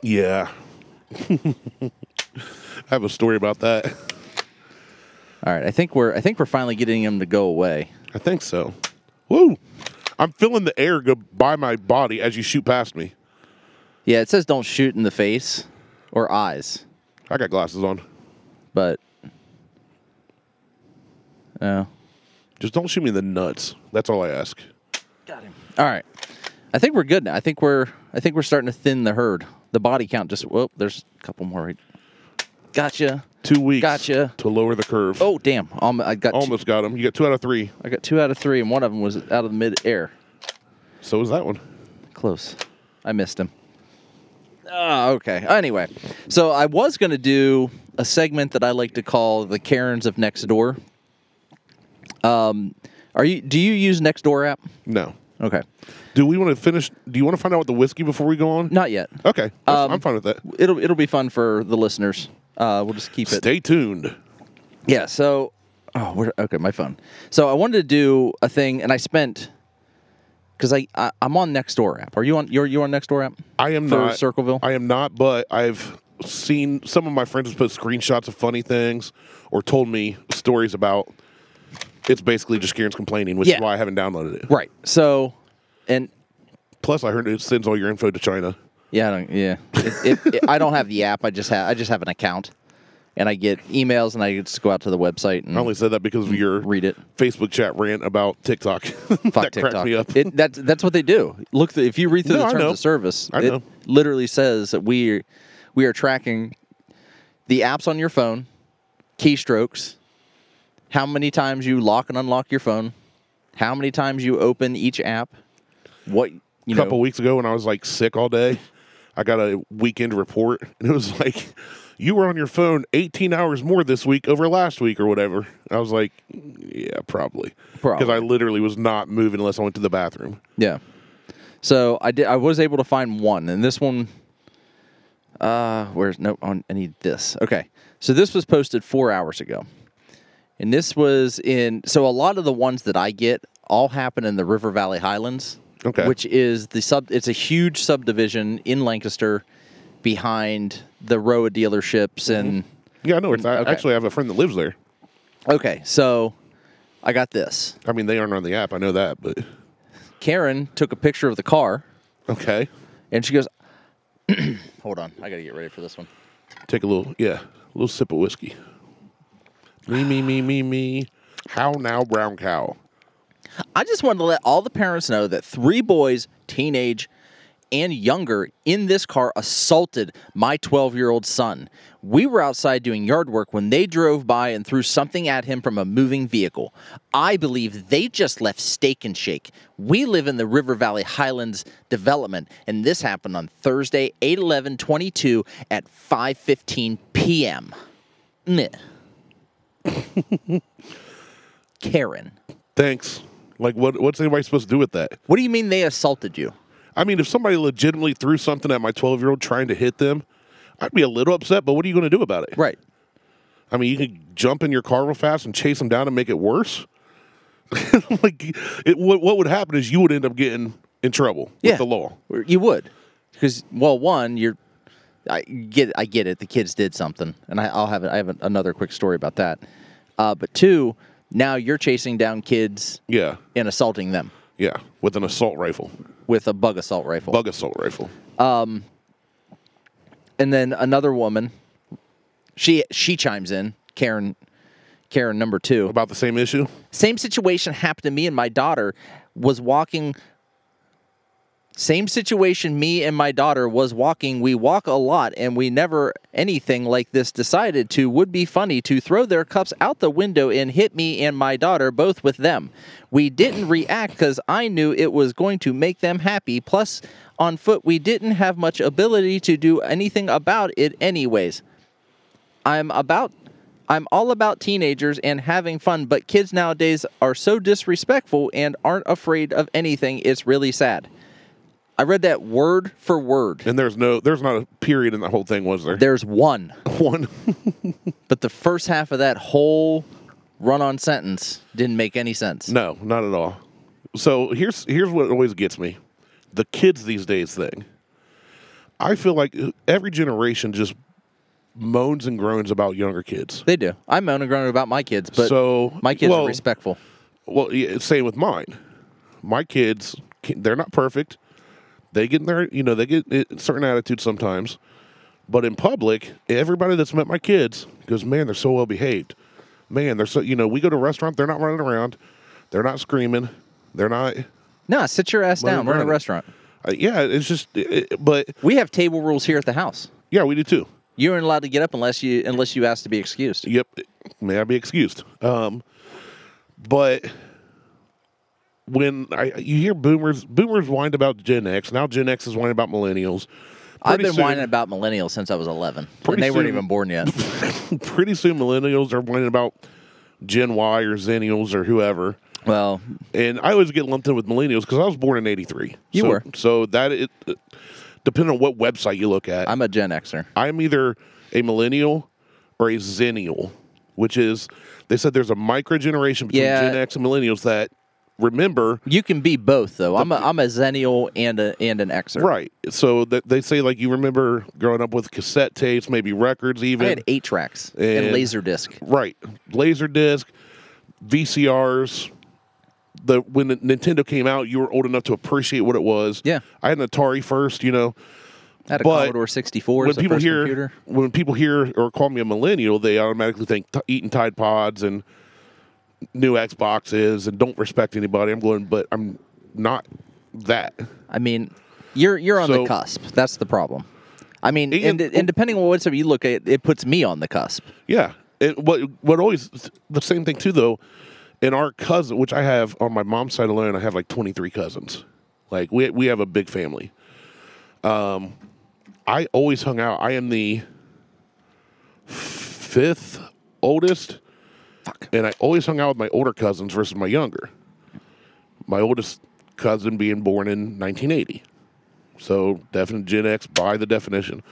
Speaker 1: Yeah. I have a story about that.
Speaker 2: All right, I think we're I think we're finally getting him to go away.
Speaker 1: I think so. Woo! I'm feeling the air go by my body as you shoot past me.
Speaker 2: Yeah, it says don't shoot in the face or eyes,
Speaker 1: I got glasses on.
Speaker 2: but oh,
Speaker 1: Just don't shoot me in the nuts. That's all I ask.
Speaker 2: got him. All right, I think we're good now. I think we're I think we're starting to thin the herd. The body count just whoop. There's a couple more. right- Gotcha.
Speaker 1: Two weeks.
Speaker 2: Gotcha.
Speaker 1: To lower the curve.
Speaker 2: Oh damn! Um, I got two,
Speaker 1: almost got him. You got two out of three.
Speaker 2: I got two out of three, and one of them was out of the mid air.
Speaker 1: So was that one.
Speaker 2: Close. I missed him. Ah, okay. Anyway, so I was going to do a segment that I like to call the Karens of Next Door. Um, are you? Do you use Next Door app?
Speaker 1: No.
Speaker 2: Okay,
Speaker 1: Do we want to finish? Do you want to find out what the whiskey before we go on?
Speaker 2: not yet.
Speaker 1: Okay. That's-
Speaker 2: Um,
Speaker 1: I'm fine with that.
Speaker 2: It'll it'll be fun for the listeners. Uh, we'll just keep it.
Speaker 1: Stay tuned.
Speaker 2: Yeah. So, oh, where, okay, my phone. So I wanted to do a thing, and I spent because I, I I'm on Nextdoor app. Are you on? You're you on Nextdoor app?
Speaker 1: I am
Speaker 2: for
Speaker 1: not
Speaker 2: Circleville.
Speaker 1: I am not, but I've seen some of my friends have put screenshots of funny things or told me stories about. It's basically just Karen's complaining, which
Speaker 2: Yeah.
Speaker 1: is why I haven't downloaded it.
Speaker 2: right. So, and
Speaker 1: Plus, I heard it sends all your info to China.
Speaker 2: yeah, I don't, yeah. It, it, it, I don't have the app. I just have I just have an account, and I get emails, and I just go out to the website and
Speaker 1: I only said that because of your
Speaker 2: read it.
Speaker 1: Facebook chat rant about TikTok.
Speaker 2: Fuck
Speaker 1: that
Speaker 2: TikTok.
Speaker 1: cracked me up.
Speaker 2: It, that's that's what they do. Look, th- if you read through
Speaker 1: No,
Speaker 2: the
Speaker 1: I
Speaker 2: terms
Speaker 1: know.
Speaker 2: of service,
Speaker 1: I
Speaker 2: it
Speaker 1: know.
Speaker 2: literally says that we we are tracking the apps on your phone, keystrokes, how many times you lock and unlock your phone, how many times you open each app, what
Speaker 1: a
Speaker 2: you
Speaker 1: couple
Speaker 2: know.
Speaker 1: weeks ago when I was like sick all day, I got a weekend report and it was like, you were on your phone 18 hours more this week over last week or whatever. I was like, yeah, probably. Because
Speaker 2: Probably.
Speaker 1: I literally was not moving unless I went to the bathroom.
Speaker 2: Yeah. So I did. I was able to find one, and this one. Uh, where's no? On I need this. Okay, so this was posted four hours ago, and this was in. So a lot of the ones that I get all happen in the River Valley Highlands.
Speaker 1: Okay.
Speaker 2: Which is the sub? It's a huge subdivision in Lancaster, behind the row of dealerships and.
Speaker 1: Yeah, I know. It's, I
Speaker 2: Okay.
Speaker 1: actually have a friend that lives there.
Speaker 2: Okay, so I got this.
Speaker 1: I mean, they aren't on the app. I know that, but
Speaker 2: Karen took a picture of the car,
Speaker 1: okay.
Speaker 2: and she goes, "Hold on, I got to get ready for this one."
Speaker 1: Take a little, yeah, a little sip of whiskey. Me, me, me, me, me. How now, brown cow?
Speaker 2: I just wanted to let all the parents know that three boys, teenage and younger, in this car assaulted my 12 year old son. We were outside doing yard work when they drove by and threw something at him from a moving vehicle. I believe they just left Steak and Shake. We live in the River Valley Highlands development, and this happened on Thursday, 8 11 22 at 5 15 p.m. Meh. Karen.
Speaker 1: Thanks. Like, what? What's anybody supposed to do with that?
Speaker 2: What do you mean they assaulted you?
Speaker 1: I mean, if somebody legitimately threw something at my 12 year old trying to hit them, I'd be a little upset, but what are you going to do about it?
Speaker 2: Right.
Speaker 1: I mean, you can jump in your car real fast and chase them down and make it worse. like, it, what, what would happen is you would end up getting in trouble
Speaker 2: Yeah.
Speaker 1: with the law.
Speaker 2: You would, because well, one, you're. I get, I get it. The kids did something, and I, I'll have, I have another quick story about that. Uh, but two, now you're chasing down kids
Speaker 1: Yeah.
Speaker 2: and assaulting them
Speaker 1: Yeah. With an assault rifle,
Speaker 2: with a bug assault rifle.
Speaker 1: bug assault rifle.
Speaker 2: and then another woman, she she chimes in, Karen, Karen number two.
Speaker 1: About the same issue.
Speaker 2: Same situation happened to me and my daughter was walking. Same situation me and my daughter was walking. We walk a lot and we never anything like this decided to would be funny to throw their cups out the window and hit me and my daughter both with them. We didn't react cuz I knew it was going to make them happy. Plus on foot we didn't have much ability to do anything about it anyways. I'm about I'm all about teenagers and having fun, but kids nowadays are so disrespectful and aren't afraid of anything. It's really sad. I read that word for word.
Speaker 1: And there's no, there's not a period in that whole thing, was there?
Speaker 2: There's one,
Speaker 1: One.
Speaker 2: but the first half of that whole run-on sentence didn't make any sense.
Speaker 1: no, not at all. So here's here's what always gets me: the kids these days thing. I feel like every generation just moans and groans about younger kids.
Speaker 2: They do. I'm moaning and groaning about my kids, but
Speaker 1: so
Speaker 2: my kids
Speaker 1: well,
Speaker 2: are respectful.
Speaker 1: Well, yeah, same with mine. My kids, can- they're not perfect. They get in their, you know, they get i- certain attitudes sometimes. But in public, everybody that's met my kids goes, man, they're so well behaved. Man, they're so, you know, we go to a restaurant, they're not running around, they're not screaming, they're not.
Speaker 2: Nah, sit your ass
Speaker 1: Moaning
Speaker 2: down.
Speaker 1: and
Speaker 2: We're in a
Speaker 1: groaning.
Speaker 2: restaurant.
Speaker 1: Uh, yeah, it's just, i i- but
Speaker 2: We have table rules here at the house.
Speaker 1: yeah, we do too.
Speaker 2: You aren't allowed to get up unless you unless you ask to be excused.
Speaker 1: Yep, may I be excused. Um, but when I you hear boomers, boomers whined about Gen X. Now Gen X is whining about millennials.
Speaker 2: I've been
Speaker 1: soon-
Speaker 2: whining about millennials since I was 11,
Speaker 1: Pretty
Speaker 2: and they weren't
Speaker 1: soon-
Speaker 2: even born yet.
Speaker 1: pretty soon millennials are whining about Gen Y or Zennials or whoever.
Speaker 2: well,
Speaker 1: And I always get lumped in with millennials because I was born in '83.
Speaker 2: You
Speaker 1: so,
Speaker 2: were.
Speaker 1: so that it depending on what website you look at.
Speaker 2: I'm a Gen Xer.
Speaker 1: I'm either a millennial or a zennial, which is they said there's a micro generation between
Speaker 2: Yeah.
Speaker 1: Gen X and millennials that remember
Speaker 2: You can be both though. I'm a I'm a Xennial and a and an Xer.
Speaker 1: right. So that they say like you remember growing up with cassette tapes, maybe records
Speaker 2: I
Speaker 1: even
Speaker 2: had eight tracks and,
Speaker 1: And-
Speaker 2: Laserdisc.
Speaker 1: right, laser disc, VCRs. The when the Nintendo came out, you were old enough to appreciate what it was.
Speaker 2: Yeah.
Speaker 1: I had an Atari first, you know.
Speaker 2: I had a
Speaker 1: But
Speaker 2: Commodore 64 as
Speaker 1: when
Speaker 2: the
Speaker 1: people
Speaker 2: first
Speaker 1: hear
Speaker 2: computer.
Speaker 1: when people hear or call me a millennial, they automatically think t- eating Tide Pods and new Xboxes and don't respect anybody. I'm going, but I'm not that.
Speaker 2: I mean, you're you're on
Speaker 1: So-
Speaker 2: the cusp. That's the problem. I mean,
Speaker 1: And-
Speaker 2: and, and depending on what side you look at, it puts me on the cusp.
Speaker 1: Yeah. It, what what always the same thing too though. In our cousin, which I have on my mom's side alone, I have like 23 cousins. Like we we have a big family. Um, I always hung out. I am the fifth oldest.
Speaker 2: Fuck.
Speaker 1: and I always hung out with my older cousins versus my younger. My oldest cousin being born in 1980, so definite Gen X by the definition.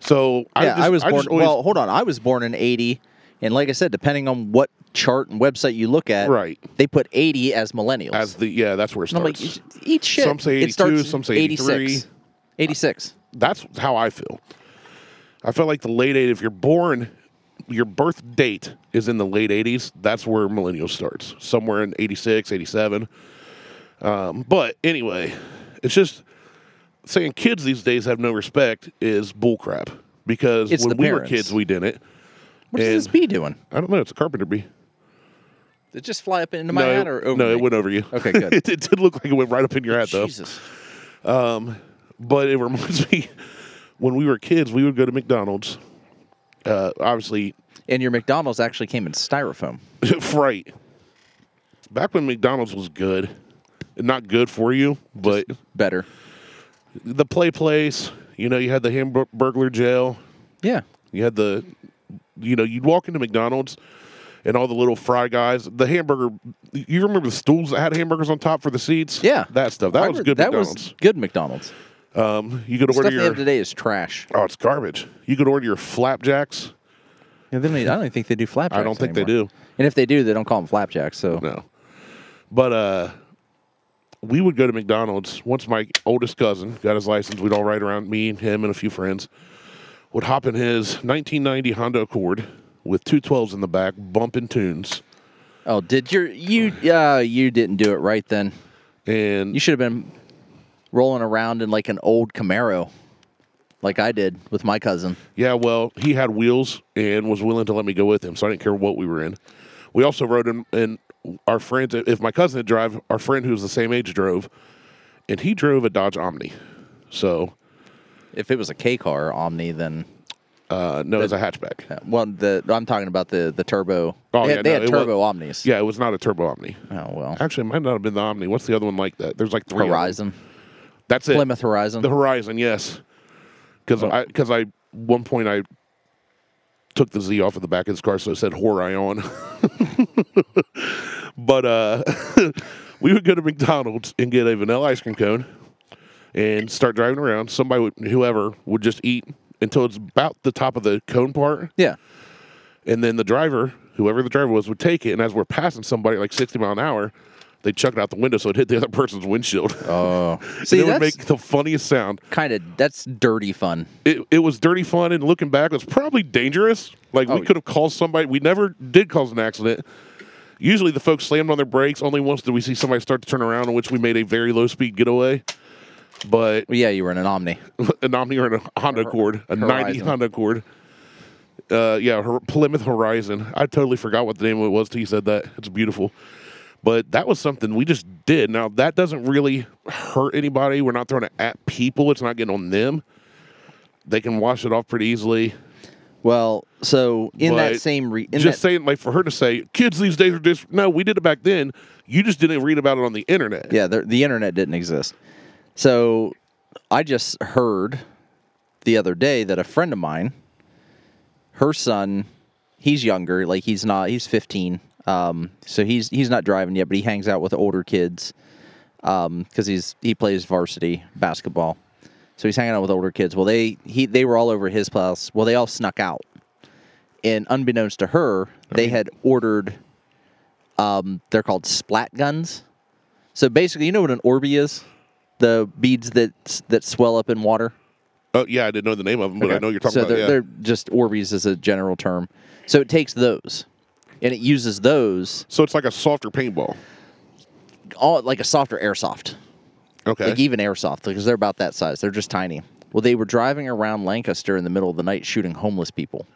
Speaker 1: So
Speaker 2: yeah,
Speaker 1: just-
Speaker 2: I was born.
Speaker 1: just always-
Speaker 2: well, hold on. I was born in '80, and like I said, depending on what chart and website you look at,
Speaker 1: Right.
Speaker 2: They put '80 as millennials.
Speaker 1: as the yeah, that's where it
Speaker 2: and I'm
Speaker 1: starts.
Speaker 2: like, eat shit.
Speaker 1: Some say
Speaker 2: It starts
Speaker 1: 82, some say 83.
Speaker 2: 86. 86.
Speaker 1: that's how I feel. I feel like the late 80s, if you're born, your birth date is in the late 80s, that's where millennial starts, somewhere in 86, 87. Um, but anyway, it's just saying kids these days have no respect is bullcrap because
Speaker 2: It's
Speaker 1: when
Speaker 2: the
Speaker 1: we were
Speaker 2: parents.
Speaker 1: kids, we didn't.
Speaker 2: What is this
Speaker 1: And-
Speaker 2: bee doing?
Speaker 1: I don't know, it's a carpenter bee.
Speaker 2: Did it just fly up into my
Speaker 1: no,
Speaker 2: hat or over?
Speaker 1: no,
Speaker 2: me?
Speaker 1: it went over you.
Speaker 2: Okay, good.
Speaker 1: it, it did look like it went right up in your hat, though.
Speaker 2: Jesus.
Speaker 1: But it reminds me when we were kids, we would go to McDonald's. Uh, obviously,
Speaker 2: And your McDonald's actually came in styrofoam.
Speaker 1: right. Back when McDonald's was good, not good for you, but
Speaker 2: Better.
Speaker 1: the play place, you know, you had the hamburger jail,
Speaker 2: Yeah.
Speaker 1: you had the, you know, you'd walk into McDonald's and all the little fry guys, the hamburger, you remember the stools that had hamburgers on top for the seats?
Speaker 2: Yeah.
Speaker 1: That stuff. That
Speaker 2: I
Speaker 1: was
Speaker 2: re-
Speaker 1: good
Speaker 2: That
Speaker 1: McDonald's.
Speaker 2: was good McDonald's.
Speaker 1: um, you could
Speaker 2: Stuff
Speaker 1: order
Speaker 2: they have
Speaker 1: your,
Speaker 2: today is trash.
Speaker 1: oh, it's garbage. You could order your flapjacks.
Speaker 2: Yeah, they don't, even- I don't even think they do flapjacks.
Speaker 1: I don't think they
Speaker 2: anymore.
Speaker 1: do.
Speaker 2: And if they do, they don't call them flapjacks. So
Speaker 1: No. But uh we would go to McDonald's once my oldest cousin got his license, we'd all ride around me and him and a few friends. Would hop in his 1990 Honda Accord with 212s in the back, bumping tunes.
Speaker 2: Oh, did your you uh you didn't do it right then.
Speaker 1: And
Speaker 2: You should have been rolling around in like an old Camaro like I did with my cousin.
Speaker 1: yeah, well, he had wheels and was willing to let me go with him, so I didn't care what we were in. We also rode in and our friend if my cousin had drive, our friend who was the same age drove, and he drove a Dodge Omni. So
Speaker 2: If it was a K car Omni then
Speaker 1: uh, no, it's a hatchback.
Speaker 2: well the I'm talking about the the turbo.
Speaker 1: Oh,
Speaker 2: they
Speaker 1: yeah,
Speaker 2: had, they
Speaker 1: no,
Speaker 2: had
Speaker 1: it wa-
Speaker 2: turbo Omnis.
Speaker 1: Yeah, it was not a turbo Omni.
Speaker 2: Oh well.
Speaker 1: Actually, it might not have been the Omni. What's the other one like that? There's like three. of them.
Speaker 2: Horizon.
Speaker 1: That's it.
Speaker 2: Plymouth Oh. Horizon.
Speaker 1: The Horizon, yes. Because I, because I, one point I took the Z off of the back of his car, so it said Horion. but uh, we would go to McDonald's and get a vanilla ice cream cone, and start driving around. Somebody, would, whoever, would just eat until it's about the top of the cone part,
Speaker 2: Yeah.
Speaker 1: and then the driver, whoever the driver was, would take it. And as we're passing somebody at like 60 mile an hour, they chuck it out the window so it hit the other person's windshield.
Speaker 2: Oh.
Speaker 1: and
Speaker 2: See,
Speaker 1: it would
Speaker 2: that's
Speaker 1: make the funniest sound.
Speaker 2: kind of that's dirty fun.
Speaker 1: It, it was dirty fun, and looking back, it was probably dangerous. Like
Speaker 2: Oh,
Speaker 1: we could have caused somebody. We never did cause an accident. Usually, the folks slammed on their brakes. Only once did we see somebody start to turn around, in which we made a very low speed getaway. But
Speaker 2: Well, yeah, you were in an Omni.
Speaker 1: an Omni or a Honda Accord, a ninety
Speaker 2: Horizon.
Speaker 1: Honda Accord. Uh, yeah, Hor- Plymouth Horizon. I totally forgot what the name of it was till you said that. It's beautiful, but that was something we just did. Now that doesn't really hurt anybody. We're not throwing it at people. It's not getting on them. They can wash it off pretty easily.
Speaker 2: Well, so in that
Speaker 1: But
Speaker 2: same re- in
Speaker 1: just
Speaker 2: that,
Speaker 1: saying, like for her to say, kids these days are just no. We did it back then. You just didn't read about it on the internet.
Speaker 2: yeah, the, the internet didn't exist. So I just heard the other day that a friend of mine, her son, he's younger, like he's not, he's 15. Um, so he's he's not driving yet, but he hangs out with older kids because he's he plays varsity basketball. So he's hanging out with older kids. Well, they he they were all over his place. Well, they all snuck out, and unbeknownst to her, they had ordered. Um, they're called splat guns. So basically, you know what an orby is? The beads that that swell up in water.
Speaker 1: Oh yeah, I didn't know the name of them, but I know you're talking
Speaker 2: so
Speaker 1: about.
Speaker 2: they're,
Speaker 1: yeah.
Speaker 2: they're just Orbeez is a general term. So it takes those, and it uses those
Speaker 1: so it's like a softer paintball.
Speaker 2: all like a softer airsoft,
Speaker 1: Okay.
Speaker 2: like even airsoft because they're about that size. They're just tiny. Well, they were driving around Lancaster in the middle of the night shooting homeless people.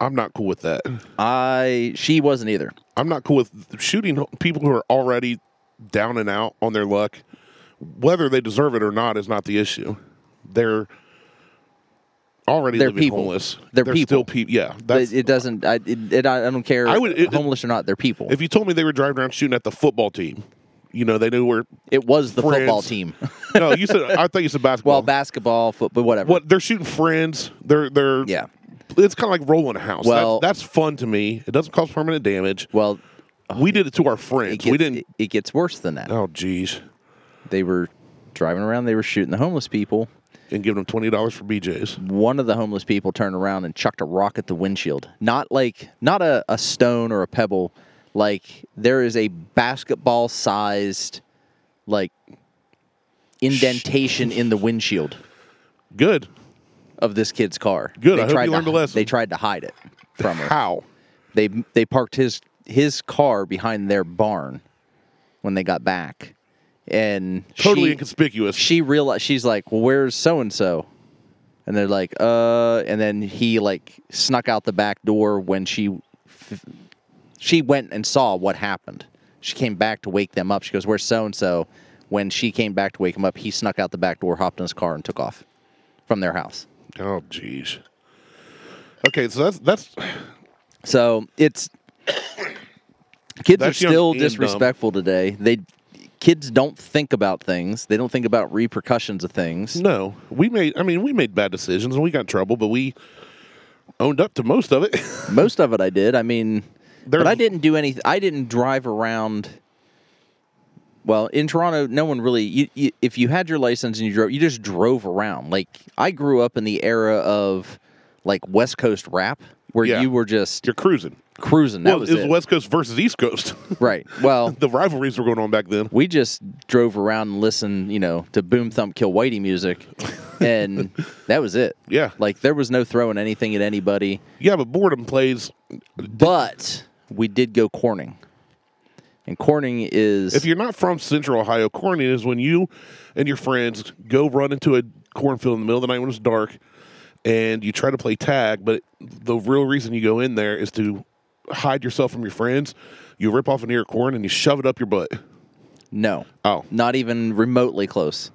Speaker 1: I'm not cool with that.
Speaker 2: I she wasn't either.
Speaker 1: I'm not cool with shooting people who are already down and out on their luck. Whether they deserve it or not is not the issue. They're already
Speaker 2: They're
Speaker 1: living
Speaker 2: people.
Speaker 1: homeless.
Speaker 2: They're people.
Speaker 1: still people. Yeah,
Speaker 2: But
Speaker 1: that's.
Speaker 2: it doesn't. I it, it, I don't care.
Speaker 1: I would- it-
Speaker 2: homeless or not, they're people.
Speaker 1: if you told me they were driving around shooting at the football team, you know they knew where.
Speaker 2: it was the football
Speaker 1: friends-
Speaker 2: team.
Speaker 1: No, you said I thought you said basketball.
Speaker 2: well, basketball, football, whatever.
Speaker 1: what they're shooting friends. They're they're
Speaker 2: Yeah.
Speaker 1: It's kind of like rolling a house. That's-
Speaker 2: Well-
Speaker 1: that's, fun to me. It doesn't cause permanent damage.
Speaker 2: Well,
Speaker 1: we did it to our friends.
Speaker 2: Oh, it gets,
Speaker 1: we didn't.
Speaker 2: It, it gets worse than that.
Speaker 1: oh, geez,
Speaker 2: They were driving around. They were shooting the homeless people.
Speaker 1: and giving them twenty dollars for BJ's.
Speaker 2: one of the homeless people turned around and chucked a rock at the windshield. Not like not a, a stone or a pebble. Like there is a basketball sized like indentation in the windshield
Speaker 1: Good.
Speaker 2: of this kid's car.
Speaker 1: Good, I hope you
Speaker 2: to
Speaker 1: learned a
Speaker 2: hi-
Speaker 1: lesson.
Speaker 2: They tried to hide it from her.
Speaker 1: How?
Speaker 2: They they parked his his car behind their barn when they got back. And
Speaker 1: Totally
Speaker 2: she,
Speaker 1: inconspicuous.
Speaker 2: she realized she's like, "Well, where's so and so?" And they're like, "Uh," and then he like snuck out the back door when she f- she went and saw what happened. She came back to wake them up. She goes, "Where's so and so?" When she came back to wake him up, he snuck out the back door, hopped in his car, and took off from their house.
Speaker 1: oh, jeez. Okay, so that's that's
Speaker 2: So it's kids are
Speaker 1: That's young
Speaker 2: still
Speaker 1: and dumb.
Speaker 2: disrespectful today. They kids don't think about things. They don't think about repercussions of things.
Speaker 1: no. We made. I mean, we made bad decisions and we got in trouble, but we owned up to most of it.
Speaker 2: Most of it I did. I mean,
Speaker 1: There's-
Speaker 2: but I didn't do anything. I didn't drive around. Well, in Toronto, no one really. You, you, if you had your license and you drove, you just drove around. Like I grew up in the era of like West Coast rap, where
Speaker 1: Yeah.
Speaker 2: you were just
Speaker 1: You're cruising.
Speaker 2: cruising. That
Speaker 1: well,
Speaker 2: was
Speaker 1: it was
Speaker 2: it.
Speaker 1: West Coast versus East Coast.
Speaker 2: right. Well,
Speaker 1: the rivalries were going on back then.
Speaker 2: we just drove around and listened, you know, to Boom Thump Kill Whitey music, and that was it.
Speaker 1: Yeah.
Speaker 2: Like there was no throwing anything at anybody.
Speaker 1: Yeah, but boredom plays.
Speaker 2: But we did go Corning. And Corning is
Speaker 1: If you're not from Central Ohio, corning is when you and your friends go run into a cornfield in the middle of the night when it's dark, and you try to play tag. But the real reason you go in there is to hide yourself from your friends. You rip off an ear of corn and you shove it up your butt.
Speaker 2: no.
Speaker 1: Oh.
Speaker 2: Not even remotely close.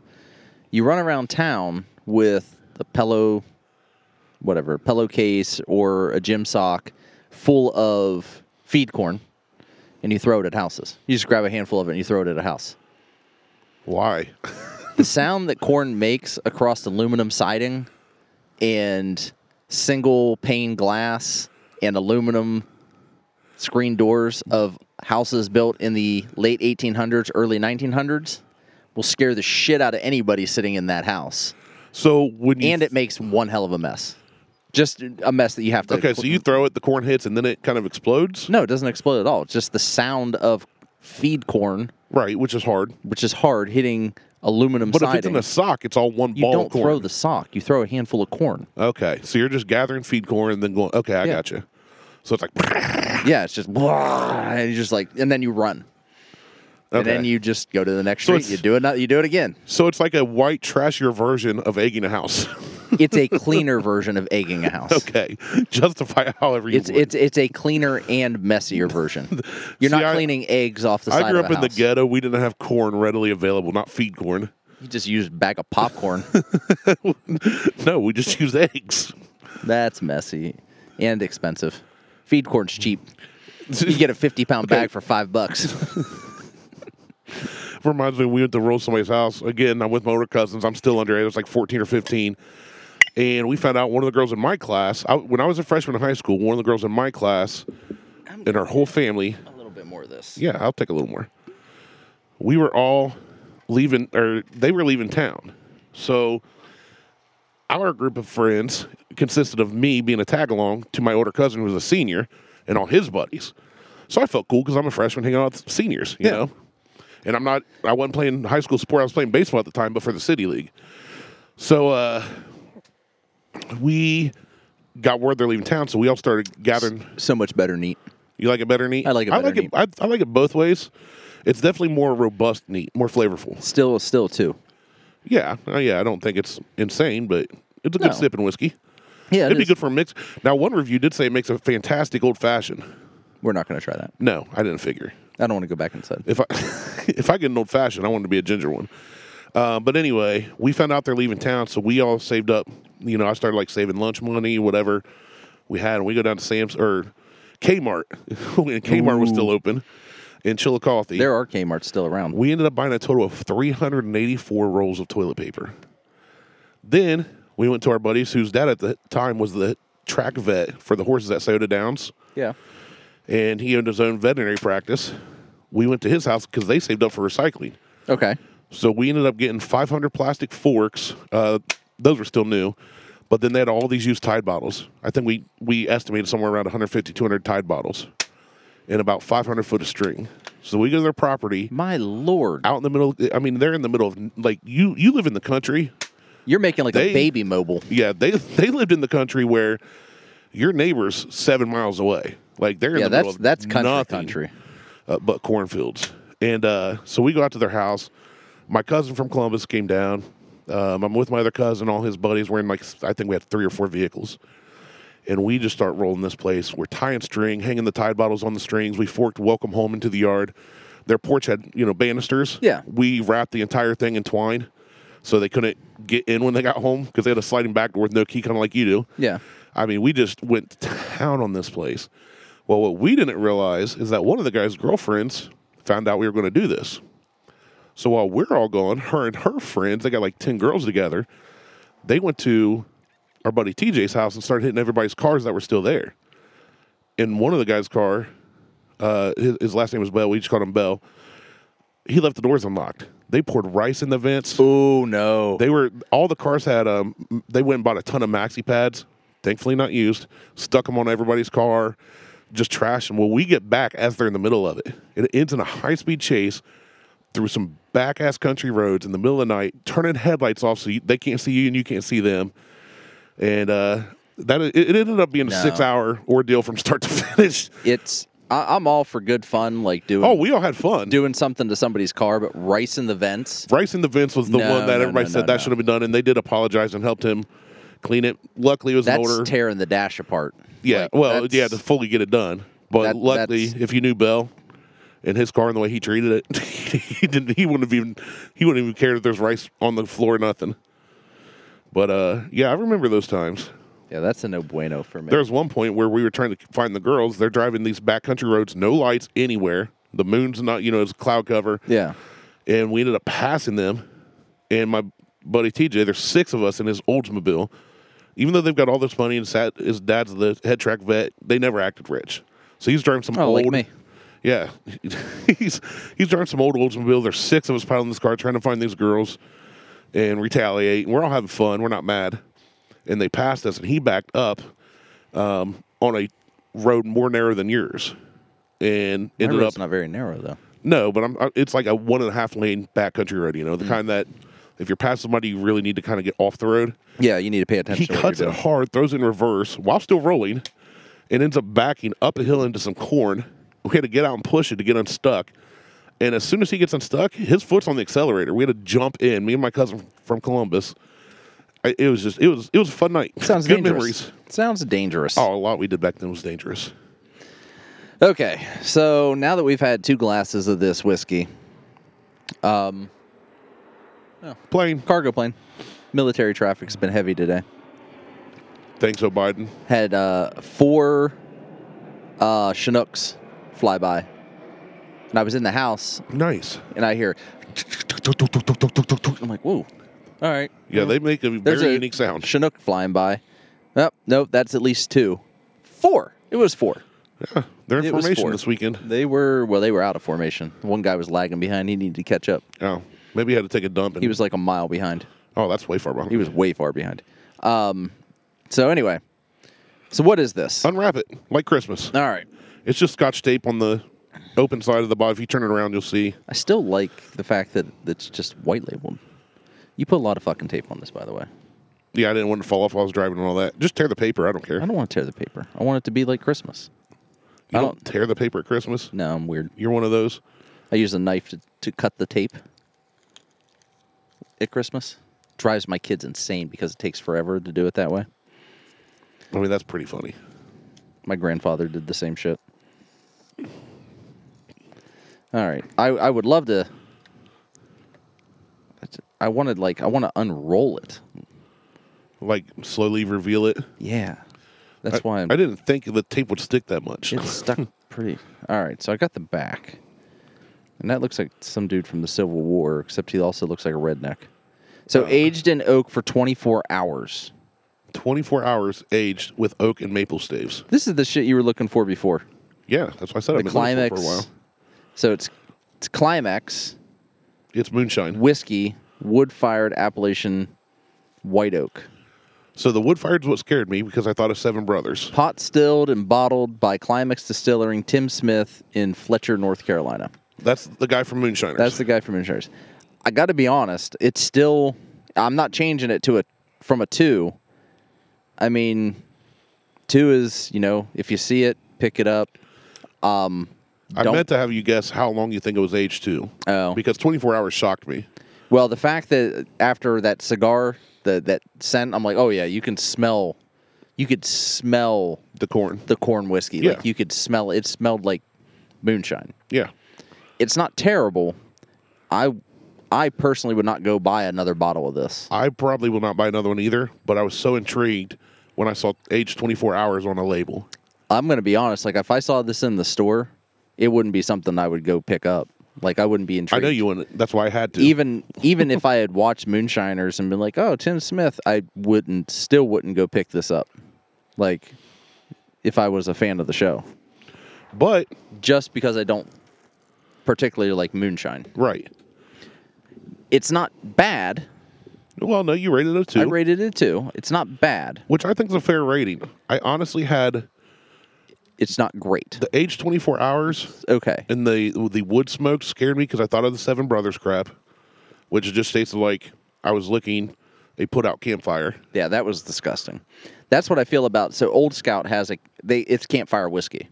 Speaker 2: You run around town with a pillow whatever, pillowcase or a gym sock full of feed corn and you throw it at houses. You just grab a handful of it and you throw it at a house.
Speaker 1: Why?
Speaker 2: the sound that corn makes across aluminum siding and single pane glass and aluminum screen doors of houses built in the late 1800s, early 1900s will scare the shit out of anybody sitting in that house.
Speaker 1: So when you
Speaker 2: And it makes one hell of a mess. Just a mess that you have to.
Speaker 1: okay, so you throw it, the corn hits, and then it kind of explodes,
Speaker 2: No, it doesn't explode at all. It's just the sound of feed corn,
Speaker 1: right? Which is hard.
Speaker 2: which is hard, hitting aluminum
Speaker 1: But if it's
Speaker 2: siding.
Speaker 1: in a sock, it's all one
Speaker 2: you
Speaker 1: ball
Speaker 2: don't
Speaker 1: of corn.
Speaker 2: throw the sock. You throw a handful of corn.
Speaker 1: okay, so you're just gathering feed corn and then going. Okay, I
Speaker 2: Yeah.
Speaker 1: got you. So it's like, okay.
Speaker 2: Yeah, it's just blah, and you just like, and then you run, and then you just go to the next
Speaker 1: So
Speaker 2: street.
Speaker 1: it's-
Speaker 2: You do it. You do it again.
Speaker 1: so it's like a white trashier version of egging a house.
Speaker 2: It's a cleaner version of egging a house.
Speaker 1: okay, justify it however you
Speaker 2: It's
Speaker 1: would.
Speaker 2: it's it's a cleaner and messier version. You're
Speaker 1: See,
Speaker 2: not
Speaker 1: I-
Speaker 2: cleaning eggs off the side
Speaker 1: I grew
Speaker 2: of
Speaker 1: up
Speaker 2: a
Speaker 1: in the
Speaker 2: house.
Speaker 1: ghetto. We didn't have corn readily available, not feed corn.
Speaker 2: You just use a bag of popcorn.
Speaker 1: No, we just used eggs.
Speaker 2: That's messy and expensive. Feed corn's cheap. You get a 50 pound bag for five bucks.
Speaker 1: reminds me, we went to roll somebody's house again. I'm with my older cousins. I'm still underage. I was like 14 or 15, and we found out one of the girls in my class. I, when I was a freshman in high school, one of the girls in my class and her whole family.
Speaker 2: a little bit more of this.
Speaker 1: Yeah, I'll take a little more. We were all leaving, or they were leaving town, so our group of friends consisted of me being a tag along to my older cousin who was a senior and all his buddies. So I felt cool because I'm a freshman hanging out with seniors, you
Speaker 2: Yeah.
Speaker 1: know. And I'm not I wasn't playing high school sport, I was playing baseball at the time, but for the city league. So uh we got word they're leaving town, so we all started gathering
Speaker 2: So much better neat.
Speaker 1: you like it better neat?
Speaker 2: I like it
Speaker 1: I
Speaker 2: better
Speaker 1: like it. I, I like it both ways. It's definitely more robust neat, more flavorful.
Speaker 2: Still, still too.
Speaker 1: Yeah, uh, yeah. I don't think it's insane, but it's a good
Speaker 2: No.
Speaker 1: sipping whiskey.
Speaker 2: Yeah, it
Speaker 1: It'd be
Speaker 2: is.
Speaker 1: good for a mix. Now, one review did say it makes a fantastic old fashioned.
Speaker 2: We're not going to try that.
Speaker 1: No, I didn't figure.
Speaker 2: I don't want to go back inside.
Speaker 1: If I if I get an old fashioned, I want it to be a ginger one. Uh, but anyway, we found out they're leaving town, so we all saved up. You know, I started like saving lunch money, whatever we had, and we go down to Sam's or Kmart. When Kmart was still open in Chillicothe.
Speaker 2: There are Kmart's still around.
Speaker 1: We ended up buying a total of 384 rolls of toilet paper. Then we went to our buddies, whose dad at the time was the track vet for the horses at Soda Downs,
Speaker 2: Yeah.
Speaker 1: and he owned his own veterinary practice. We went to his house because they saved up for recycling.
Speaker 2: Okay.
Speaker 1: So we ended up getting 500 plastic forks. Uh, those were still new, but then they had all these used Tide bottles. I think we, we estimated somewhere around 150, 200 Tide bottles and about 500 foot of string. So we go to their property
Speaker 2: My lord,
Speaker 1: out in the middle. I mean, they're in the middle of like you. You live in the country.
Speaker 2: you're making like
Speaker 1: They-
Speaker 2: a baby mobile.
Speaker 1: Yeah, they they lived in the country where your neighbors seven miles away. Like they're in
Speaker 2: Yeah,
Speaker 1: the middle
Speaker 2: that's
Speaker 1: of
Speaker 2: that's country
Speaker 1: nothing,
Speaker 2: country.
Speaker 1: uh, but cornfields. And uh, so we go out to their house. My cousin from Columbus came down. Um, I'm with my other cousin, all his buddies. We're in like I think we had three or four vehicles, and we just start rolling this place. We're tying string, hanging the tide bottles on the strings. We forked "Welcome Home" into the yard. Their porch had you know banisters.
Speaker 2: Yeah.
Speaker 1: we wrapped the entire thing in twine, so they couldn't get in when they got home because they had a sliding back door with no key, kind of like you do.
Speaker 2: Yeah.
Speaker 1: I mean, we just went to town on this place. Well, what we didn't realize is that one of the guy's girlfriends found out we were going to do this. So while we're all gone, her and her friends, they got like 10 girls together, they went to our buddy TJ's house and started hitting everybody's cars that were still there. In one of the guy's car, uh, his, his last name was Bell. We just called him Bell. He left the doors unlocked. They poured rice in the vents.
Speaker 2: Oh no.
Speaker 1: They were all the cars had um they went and bought a ton of maxi pads, thankfully not used, stuck them on everybody's car, just trashed them. Well, we get back as they're in the middle of it. It ends in a high speed chase through some back ass country roads in the middle of the night, turning headlights off so you, they can't see you and you can't see them. And uh that it, it ended up being a
Speaker 2: No.
Speaker 1: six hour ordeal from start to finish.
Speaker 2: It's I, I'm all for good fun, like doing
Speaker 1: Oh, we all had fun.
Speaker 2: doing something to somebody's car, but rice in the vents.
Speaker 1: Rice in the Vents was the
Speaker 2: No,
Speaker 1: one that
Speaker 2: no,
Speaker 1: everybody
Speaker 2: no,
Speaker 1: said
Speaker 2: no,
Speaker 1: that
Speaker 2: no.
Speaker 1: should have been done, and they did apologize and helped him clean it. Luckily, it was an
Speaker 2: That's
Speaker 1: older.
Speaker 2: tearing the dash apart.
Speaker 1: Yeah,
Speaker 2: Like,
Speaker 1: well, yeah,
Speaker 2: that's-
Speaker 1: to fully get it done. But
Speaker 2: That-
Speaker 1: luckily,
Speaker 2: that's-
Speaker 1: if you knew Bell and his car and the way he treated it, he didn't. He wouldn't have even. He wouldn't even care that there's rice on the floor, or nothing. But uh, yeah, I remember those times.
Speaker 2: yeah, that's a no bueno for me.
Speaker 1: There was one point where we were trying to find the girls. They're driving these backcountry roads, no lights anywhere. The moon's not, you know, it's cloud cover
Speaker 2: yeah,
Speaker 1: and we ended up passing them. And my buddy TJ, there's six of us in his Oldsmobile. Even though they've got all this money and sat, his dad's the head track vet, they never acted rich. So he's driving some
Speaker 2: Oh,
Speaker 1: old,
Speaker 2: like me.
Speaker 1: Yeah, he's he's driving some old Oldsmobile. There's six of us piling this car, trying to find these girls and retaliate. And we're all having fun. We're not mad. And they passed us, and he backed up um, on a road more narrow than yours, and
Speaker 2: My
Speaker 1: ended
Speaker 2: road's
Speaker 1: up
Speaker 2: not very narrow though.
Speaker 1: no. But I'm I- it's like a one and a half lane backcountry road. You know, the kind that if you're past somebody, you really need to kind of get off the road.
Speaker 2: Yeah, you need to pay attention.
Speaker 1: He
Speaker 2: to what
Speaker 1: cuts
Speaker 2: you're
Speaker 1: it
Speaker 2: doing.
Speaker 1: hard, throws it in reverse while still rolling, and ends up backing up a hill into some corn. We had to get out and push it to get unstuck. And as soon as he gets unstuck, his foot's on the accelerator. We had to jump in. Me and my cousin from Columbus. I, it was just it was it was a fun night.
Speaker 2: Sounds
Speaker 1: good
Speaker 2: dangerous.
Speaker 1: memories.
Speaker 2: Sounds dangerous.
Speaker 1: Oh, a lot we did back then was dangerous.
Speaker 2: Okay, so now that we've had two glasses of this whiskey,
Speaker 1: Plane.
Speaker 2: cargo plane, military traffic's been heavy today.
Speaker 1: Thanks, O'Biden.
Speaker 2: Had uh, four uh, Chinooks fly by, and I was in the house,
Speaker 1: Nice.
Speaker 2: and I hear, I'm like, whoa, all right.
Speaker 1: Yeah, they make a
Speaker 2: There's
Speaker 1: very
Speaker 2: a
Speaker 1: unique sound.
Speaker 2: Chinook flying by. Nope, nope, that's at least two. Four. It was four.
Speaker 1: Their
Speaker 2: it was
Speaker 1: information
Speaker 2: four.
Speaker 1: this weekend.
Speaker 2: They were well, they were out of formation. One guy was lagging behind. He needed to catch up.
Speaker 1: Oh, maybe he had to take a dump. And,
Speaker 2: He was like a mile behind.
Speaker 1: oh, that's way far behind.
Speaker 2: He was way far behind. Um, so anyway, so what is this? All
Speaker 1: Unwrap it like Christmas.
Speaker 2: right,
Speaker 1: It's just scotch tape on the open side of the bottle. If you turn it around, you'll see.
Speaker 2: I still like the fact that it's just white labeled. You put a lot of fucking tape on this, by the way.
Speaker 1: Yeah, I didn't want to fall off while I was driving and all that. Just tear the paper. I don't care.
Speaker 2: I don't want to tear the paper. I want it to be like Christmas.
Speaker 1: you
Speaker 2: I
Speaker 1: don't,
Speaker 2: don't-
Speaker 1: tear the paper at Christmas.
Speaker 2: No, I'm weird.
Speaker 1: You're one of those.
Speaker 2: I use a knife to, to cut the tape at Christmas. Drives my kids insane because it takes forever to do it that way.
Speaker 1: I mean, that's pretty funny.
Speaker 2: My grandfather did the same shit. All right, I I would love to. that's- I wanted like I want to unroll it.
Speaker 1: Like slowly reveal it.
Speaker 2: Yeah, that's
Speaker 1: I,
Speaker 2: why I'm,
Speaker 1: I didn't think the tape would stick that much.
Speaker 2: it's stuck pretty. All right, so I got the back, and that looks like some dude from the Civil War, except he also looks like a redneck. So
Speaker 1: Uh.
Speaker 2: aged in oak for 24 hours.
Speaker 1: 24 hours aged with oak and maple staves.
Speaker 2: This is the shit you were looking for before.
Speaker 1: Yeah, that's what I said.
Speaker 2: The
Speaker 1: I've been looking
Speaker 2: climax.
Speaker 1: for it for a while.
Speaker 2: So it's it's climax
Speaker 1: It's moonshine.
Speaker 2: whiskey, wood fired Appalachian white oak,
Speaker 1: So the wood fired is what scared me because I thought of Seven Brothers.
Speaker 2: pot stilled and bottled by Climax Distillery, Tim Smith in Fletcher, North Carolina.
Speaker 1: That's the guy from Moonshiners.
Speaker 2: That's the guy from Insurance. I got to be honest, it's still. I'm not changing it to a from a two. I mean, two is you know if you see it, pick it up.
Speaker 1: I
Speaker 2: don't-
Speaker 1: meant to have you guess how long you think it was aged to.
Speaker 2: Oh.
Speaker 1: Because 24 hours shocked me.
Speaker 2: Well, the fact that after that cigar, the that scent, I'm like, oh yeah, you can smell, you could smell
Speaker 1: The corn.
Speaker 2: the corn whiskey.
Speaker 1: Yeah.
Speaker 2: Like you could smell it smelled like moonshine.
Speaker 1: Yeah.
Speaker 2: It's not terrible. I I personally would not go buy another bottle of this.
Speaker 1: I probably will not buy another one either, but I was so intrigued when I saw age 24 hours on a label.
Speaker 2: I'm gonna be honest. Like if I saw this in the store, it wouldn't be something I would go pick up. Like I wouldn't be
Speaker 1: I
Speaker 2: intrigued.
Speaker 1: know you wouldn't. That's why I had to.
Speaker 2: Even even if I had watched Moonshiners and been like, oh Tim Smith, I wouldn't still wouldn't go pick this up. Like if I was a fan of the show,
Speaker 1: but,
Speaker 2: just because I don't particularly like moonshine.
Speaker 1: right.
Speaker 2: It's not bad.
Speaker 1: Well, no, you rated it a two,
Speaker 2: I rated it too. It's not bad.
Speaker 1: which I think is a fair rating. I honestly had
Speaker 2: It's not great.
Speaker 1: the age 24 hours
Speaker 2: Okay.
Speaker 1: and the the wood smoke scared me because I thought of the Seven Brothers crap, which just states like I was licking a put out campfire.
Speaker 2: Yeah, that was disgusting. That's what I feel about. So Old Scout has a they it's campfire whiskey.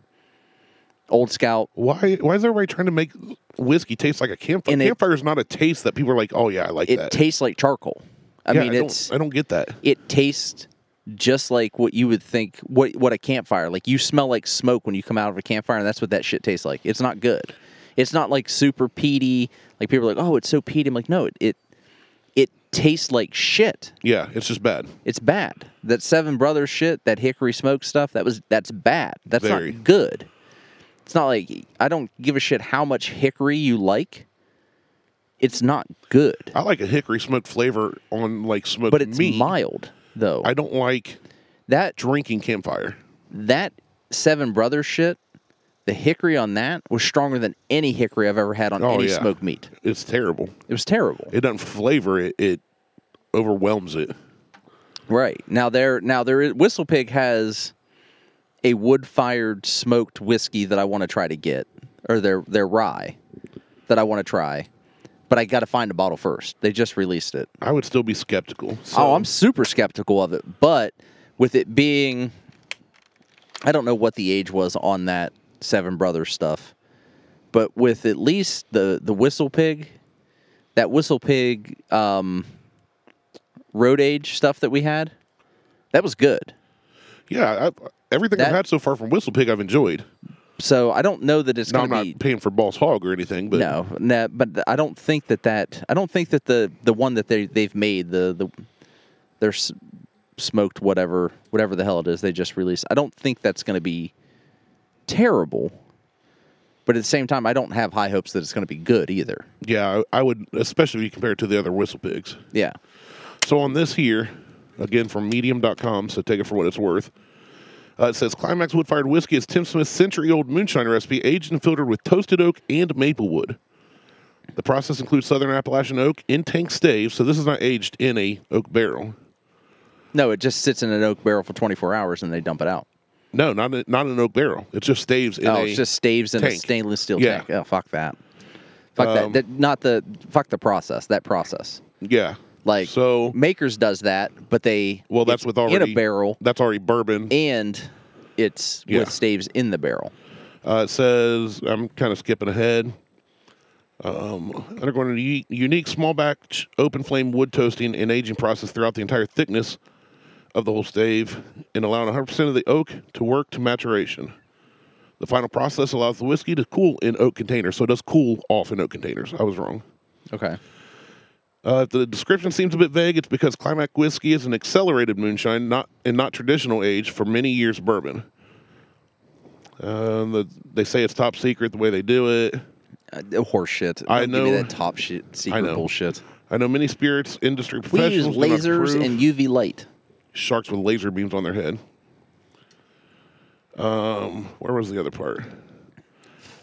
Speaker 2: Old Scout
Speaker 1: Why? Why is everybody trying to make whiskey taste like a campfire?
Speaker 2: And it-
Speaker 1: campfire is not a taste that people are like, oh yeah, I like
Speaker 2: it
Speaker 1: that.
Speaker 2: tastes like charcoal. I
Speaker 1: Yeah,
Speaker 2: mean, it's
Speaker 1: don't, I don't get that.
Speaker 2: it tastes just like what you would think what what a campfire like. You smell like smoke when you come out of a campfire, and that's what that shit tastes like. It's not good. It's not like super peaty. Like people are like, oh, it's so peaty. I'm like, no, it it, it tastes like shit.
Speaker 1: Yeah, it's just bad.
Speaker 2: It's bad. That Seven Brothers shit, that Hickory Smoke stuff, that was that's bad. That's
Speaker 1: Very.
Speaker 2: not good. It's not like I don't give a shit how much hickory you like. It's not good.
Speaker 1: I like a hickory smoked flavor on like smoked
Speaker 2: But it's
Speaker 1: meat.
Speaker 2: mild though.
Speaker 1: I don't like
Speaker 2: that
Speaker 1: drinking campfire.
Speaker 2: that Seven Brothers shit The hickory on that was stronger than any hickory I've ever had on
Speaker 1: Oh,
Speaker 2: any
Speaker 1: yeah.
Speaker 2: smoked meat.
Speaker 1: It's terrible.
Speaker 2: It was terrible.
Speaker 1: It doesn't flavor it. It overwhelms it.
Speaker 2: Right now, there now there is Whistle Pig has a wood fired smoked whiskey that I want to try to get, or their their rye that I want to try, but I got to find a bottle first. They just released it.
Speaker 1: I would still be skeptical. So
Speaker 2: oh, I'm super skeptical of it, but with it being, I don't know what the age was on that Seven Brothers stuff, but with at least the the Whistle Pig, that Whistle Pig um, road age stuff that we had, that was good.
Speaker 1: yeah. I, everything I've
Speaker 2: That-
Speaker 1: had so far from Whistle Pig, I've enjoyed.
Speaker 2: So I don't know that it's
Speaker 1: Now
Speaker 2: going
Speaker 1: I'm
Speaker 2: to
Speaker 1: not
Speaker 2: be
Speaker 1: paying for Boss Hog or anything, but
Speaker 2: no, no, but th- I don't think that that I don't think that the the one that they they've made the the their s- smoked whatever whatever the hell it is they just released. I don't think that's going to be terrible, but at the same time, I don't have high hopes that it's going to be good either.
Speaker 1: yeah, I, I would, especially if you compare it to the other Whistle Pigs.
Speaker 2: Yeah,
Speaker 1: So on this here, again from medium.com, so take it for what it's worth. Uh, it says Climax Wood Fired Whiskey is Tim Smith's century old moonshine recipe, aged and filtered with toasted oak and maple wood. The process includes southern Appalachian oak in tank staves, so this is not aged in a oak barrel.
Speaker 2: no, it just sits in an oak barrel for 24 hours and they dump it out.
Speaker 1: No, not a, not an oak barrel. It's just staves in
Speaker 2: oh,
Speaker 1: a
Speaker 2: it's just staves in a
Speaker 1: tank.
Speaker 2: stainless steel
Speaker 1: Yeah.
Speaker 2: tank. Oh, fuck that. Fuck
Speaker 1: Um,
Speaker 2: that. that. Not the fuck the process. That process.
Speaker 1: yeah.
Speaker 2: Like
Speaker 1: so
Speaker 2: Makers does that, but they
Speaker 1: well that's
Speaker 2: it's
Speaker 1: with already
Speaker 2: in a barrel
Speaker 1: That's already bourbon.
Speaker 2: and it's
Speaker 1: Yeah.
Speaker 2: with staves in the barrel.
Speaker 1: Uh, it says, I'm kind of skipping ahead. Um, undergoing a u- unique small batch open flame wood toasting and aging process throughout the entire thickness of the whole stave and allowing 100% of the oak to work to maturation. The final process allows the whiskey to cool in oak containers, so it does cool off in oak containers. I was wrong.
Speaker 2: Okay.
Speaker 1: Uh, if the description seems a bit vague, it's because Climac whiskey is an accelerated moonshine, not and not traditional age for many years bourbon. Um, the, they say it's top secret the way they do it.
Speaker 2: Uh, horse shit.
Speaker 1: I
Speaker 2: Don't give me
Speaker 1: know.
Speaker 2: that top shit secret
Speaker 1: know.
Speaker 2: bullshit.
Speaker 1: I know many spirits industry
Speaker 2: We use
Speaker 1: professionals do not
Speaker 2: lasers
Speaker 1: approve.
Speaker 2: and UV light.
Speaker 1: sharks with laser beams on their head. Um, where was the other part?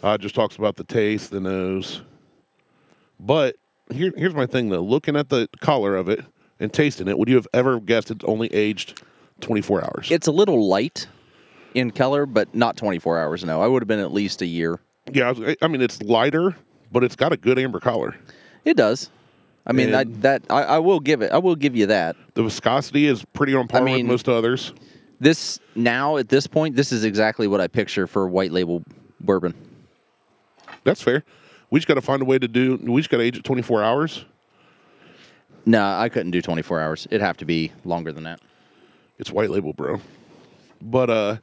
Speaker 1: Uh, it just talks about the taste, the nose. But here, here's my thing though. Looking at the color of it and tasting it, would you have ever guessed it's only aged 24 hours?
Speaker 2: It's a little light in color, but not 24 hours. No, I would have been at least a year.
Speaker 1: yeah, I, was- I mean it's lighter, but it's got a good amber color.
Speaker 2: It does. I mean, I,
Speaker 1: And-
Speaker 2: that I, I will give it. I will give you that.
Speaker 1: The viscosity is pretty on par with
Speaker 2: mean-
Speaker 1: most others.
Speaker 2: This now at this point, this is exactly what I picture for white label bourbon.
Speaker 1: That's fair. We just got to find a way to do. We just got to age it 24 hours.
Speaker 2: No, I couldn't do 24 hours. It'd have to be longer than that.
Speaker 1: It's white label, bro. But uh,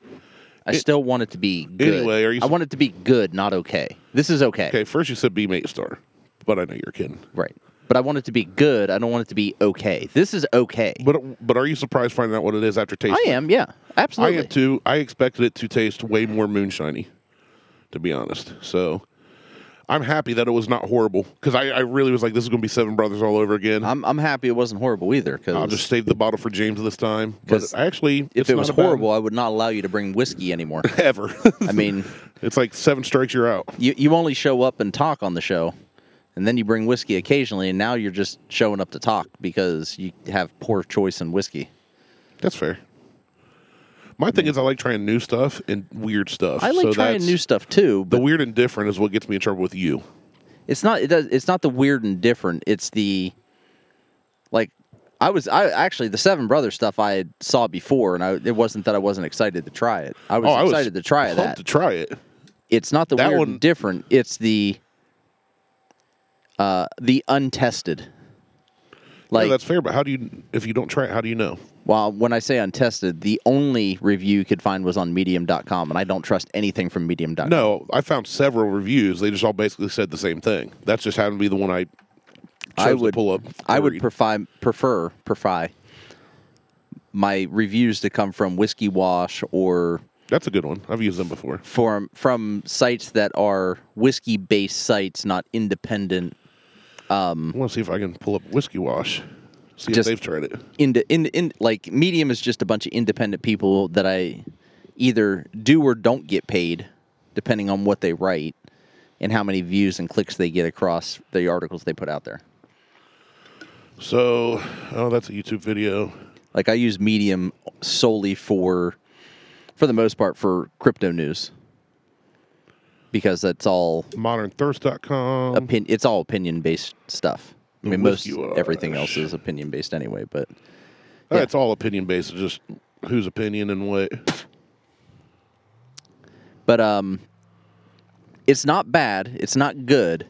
Speaker 2: I still want it to be good.
Speaker 1: Anyway, are you-
Speaker 2: I want it to be good, not okay. This is okay.
Speaker 1: Okay, first you said B mate star, but I know you're kidding.
Speaker 2: Right. But I want it to be good. I don't want it to be okay. This is okay.
Speaker 1: But but are you surprised finding out what it is after tasting?
Speaker 2: I am, yeah.
Speaker 1: it? I
Speaker 2: Absolutely.
Speaker 1: am too. I expected it to taste way more moonshiny, to be honest. So I'm happy that it was not horrible because I, I really was like, this is going to be Seven Brothers all over again. i
Speaker 2: I'm, I'm happy it wasn't horrible either
Speaker 1: will
Speaker 2: because
Speaker 1: just save the bottle for James this time. But
Speaker 2: 'Cause
Speaker 1: actually,
Speaker 2: if
Speaker 1: it's
Speaker 2: it
Speaker 1: not
Speaker 2: was
Speaker 1: a bad-
Speaker 2: horrible, I would not allow you to bring whiskey anymore.
Speaker 1: ever.
Speaker 2: I mean,
Speaker 1: it's like seven strikes, you're out.
Speaker 2: you, you only show up and talk on the show, and then you bring whiskey occasionally, and now you're just showing up to talk because you have poor choice in whiskey.
Speaker 1: That's fair. My thing is, I like trying new stuff and weird stuff.
Speaker 2: I like
Speaker 1: so
Speaker 2: trying
Speaker 1: that's-
Speaker 2: new stuff too,
Speaker 1: The
Speaker 2: but
Speaker 1: weird and different is what gets me in trouble with you.
Speaker 2: it's not it does, it's not the weird and different it's the like i was i actually the seven brothers stuff i had saw before and I, it wasn't that i wasn't excited to try it i was
Speaker 1: Oh, I was
Speaker 2: excited to try
Speaker 1: pumped
Speaker 2: that
Speaker 1: To try it.
Speaker 2: it's not the
Speaker 1: that
Speaker 2: weird
Speaker 1: one-
Speaker 2: and different it's the uh the untested
Speaker 1: Yeah,
Speaker 2: like
Speaker 1: that's fair, but how do you if you don't try it, how do you know?
Speaker 2: well when i say untested the only review you could find was on medium.com and i don't trust anything from medium.com
Speaker 1: No, I found several reviews. They just all basically said the same thing. That's just happened to be the one I chose
Speaker 2: I
Speaker 1: to
Speaker 2: would
Speaker 1: pull up.
Speaker 2: I
Speaker 1: to
Speaker 2: would
Speaker 1: read.
Speaker 2: prefi- prefer prefer my reviews to come from Whiskey Wash or
Speaker 1: That's a good one. I've used them before.
Speaker 2: from from sites that are whiskey based sites, not independent
Speaker 1: I want to see if I can pull up Whiskey Wash. See
Speaker 2: Hmm. Just-
Speaker 1: if they've tried it.
Speaker 2: into in, in like Medium is just a bunch of independent people that I either do or don't get paid depending on what they write and how many views and clicks they get across the articles they put out there.
Speaker 1: So, oh, that's a YouTube video.
Speaker 2: Like I use Medium solely for, for the most part, for crypto news because that's all
Speaker 1: ModernThirst.com.
Speaker 2: opin- It's all opinion based stuff. I mean, most
Speaker 1: Whiskey
Speaker 2: everything
Speaker 1: Wash.
Speaker 2: else is opinion based anyway. But
Speaker 1: Uh, It's all opinion based. It's just whose opinion and what.
Speaker 2: but um, it's not bad. It's not good.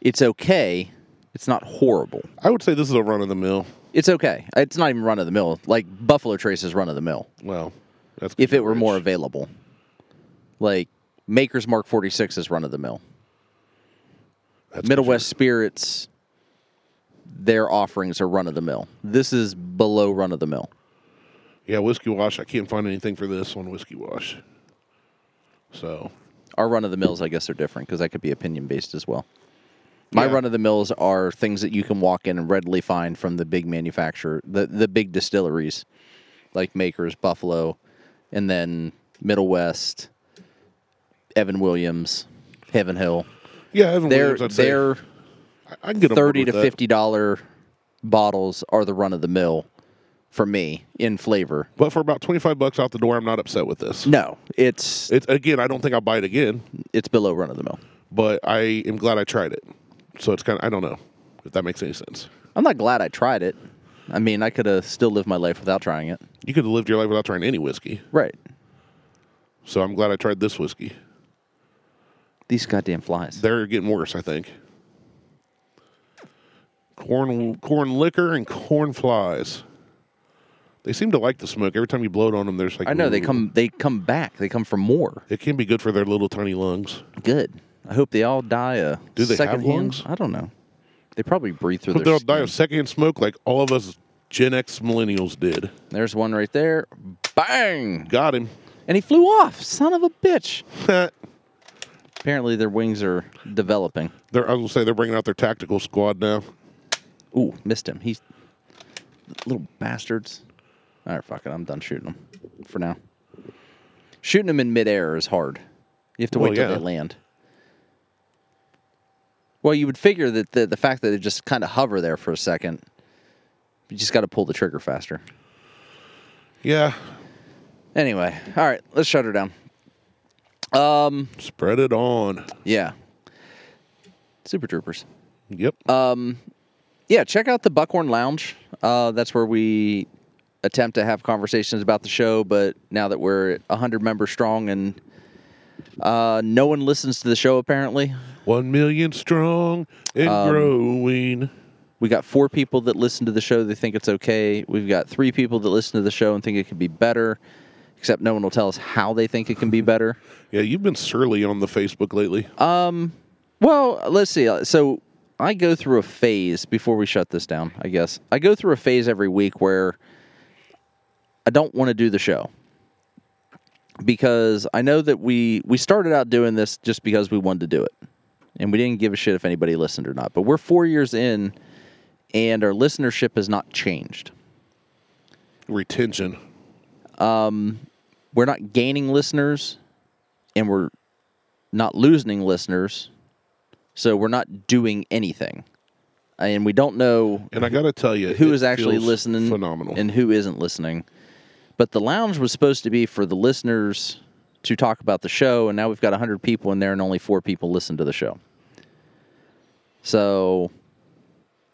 Speaker 2: It's okay. It's not horrible.
Speaker 1: I would say this is a run of the mill.
Speaker 2: It's okay. It's not even run of the mill. Like Buffalo Trace is run of the mill.
Speaker 1: Well, that's
Speaker 2: If it were more
Speaker 1: rich.
Speaker 2: available, like Maker's Mark Forty Six is run of the mill.
Speaker 1: That's
Speaker 2: Middle
Speaker 1: good.
Speaker 2: West Spirits, their offerings are run of the mill. This is below run of the mill.
Speaker 1: Yeah, whiskey wash. I can't find anything for this on whiskey wash. So
Speaker 2: Our run of the mills, I guess, are different because that could be opinion based as well. My
Speaker 1: Yeah.
Speaker 2: run of the mills are things that you can walk in and readily find from the big manufacturer, the the big distilleries, like Makers, Buffalo, and then Middle West, Evan Williams, Heaven Hill.
Speaker 1: yeah, Evan
Speaker 2: They're
Speaker 1: Williams. I'd say
Speaker 2: they're
Speaker 1: I- I can get on board
Speaker 2: thirty
Speaker 1: with
Speaker 2: to
Speaker 1: that.
Speaker 2: fifty dollar bottles are the run of the mill for me in flavor.
Speaker 1: But for about twenty five bucks out the door, I'm not upset with this.
Speaker 2: No, it's
Speaker 1: It's again, I don't think I'll buy it again,
Speaker 2: it's below run of the mill.
Speaker 1: but I am glad I tried it. So it's kind of I don't know if that makes any sense.
Speaker 2: I'm not glad I tried it. I mean, I could have still lived my life without trying it.
Speaker 1: You could have lived your life without trying any whiskey.
Speaker 2: Right.
Speaker 1: So I'm glad I tried this whiskey.
Speaker 2: These goddamn flies.
Speaker 1: They're getting worse, I think. Corn, corn liquor and corn flies. They seem to like the smoke. Every time you blow it on them, there's like
Speaker 2: I know they
Speaker 1: "Ooh."
Speaker 2: come they come back. They come for more.
Speaker 1: It can be good for their little tiny lungs.
Speaker 2: Good. I hope they all die a
Speaker 1: Do they have
Speaker 2: second hand-
Speaker 1: lungs?
Speaker 2: I don't know. They probably breathe through
Speaker 1: But
Speaker 2: their
Speaker 1: they'll
Speaker 2: skin.
Speaker 1: die of secondhand smoke like all of us Gen X millennials did.
Speaker 2: There's one right there. Bang!
Speaker 1: Got him.
Speaker 2: And he flew off. Son of a bitch.
Speaker 1: They're,
Speaker 2: Apparently their wings are developing.
Speaker 1: I was gonna say they're bringing out their tactical squad now.
Speaker 2: Ooh, missed him. He's little bastards. All right, fuck it. I'm done shooting them for now. Shooting them in midair is hard. You have to
Speaker 1: Well,
Speaker 2: wait till
Speaker 1: yeah.
Speaker 2: they land. Well, you would figure that the, the fact that they just kind of hover there for a second, you just got to pull the trigger faster.
Speaker 1: Yeah,
Speaker 2: Anyway, all right, let's shut her down.
Speaker 1: spread it on.
Speaker 2: Yeah. Super Troopers.
Speaker 1: Yep.
Speaker 2: Uh, yeah, check out the Buckhorn Lounge. Uh, that's where we attempt to have conversations about the show. But now that we're at 100 members strong and uh, no one listens to the show, apparently,
Speaker 1: One million strong and
Speaker 2: um,
Speaker 1: growing.
Speaker 2: we got four people that listen to the show. They think it's okay. We've got three people that listen to the show and think it could be better, except no one will tell us how they think it can be better.
Speaker 1: Yeah, you've been surly on the Facebook lately.
Speaker 2: uh, Well, let's see. Uh, So I go through a phase before we shut this down, I guess. I go through a phase every week where I don't want to do the show. Because I know that we we started out doing this just because we wanted to do it. And we didn't give a shit if anybody listened or not. But we're 4 years in and our listenership has not changed.
Speaker 1: Retention.
Speaker 2: We're not gaining listeners and we're not losing listeners. So we're not doing anything. And we don't know
Speaker 1: And I got to tell you,
Speaker 2: who
Speaker 1: it
Speaker 2: is actually
Speaker 1: feels
Speaker 2: listening
Speaker 1: Phenomenal.
Speaker 2: and who isn't listening. But the lounge was supposed to be for the listeners to talk about the show, and now we've got 100 people in there, and only four people listen to the show. So,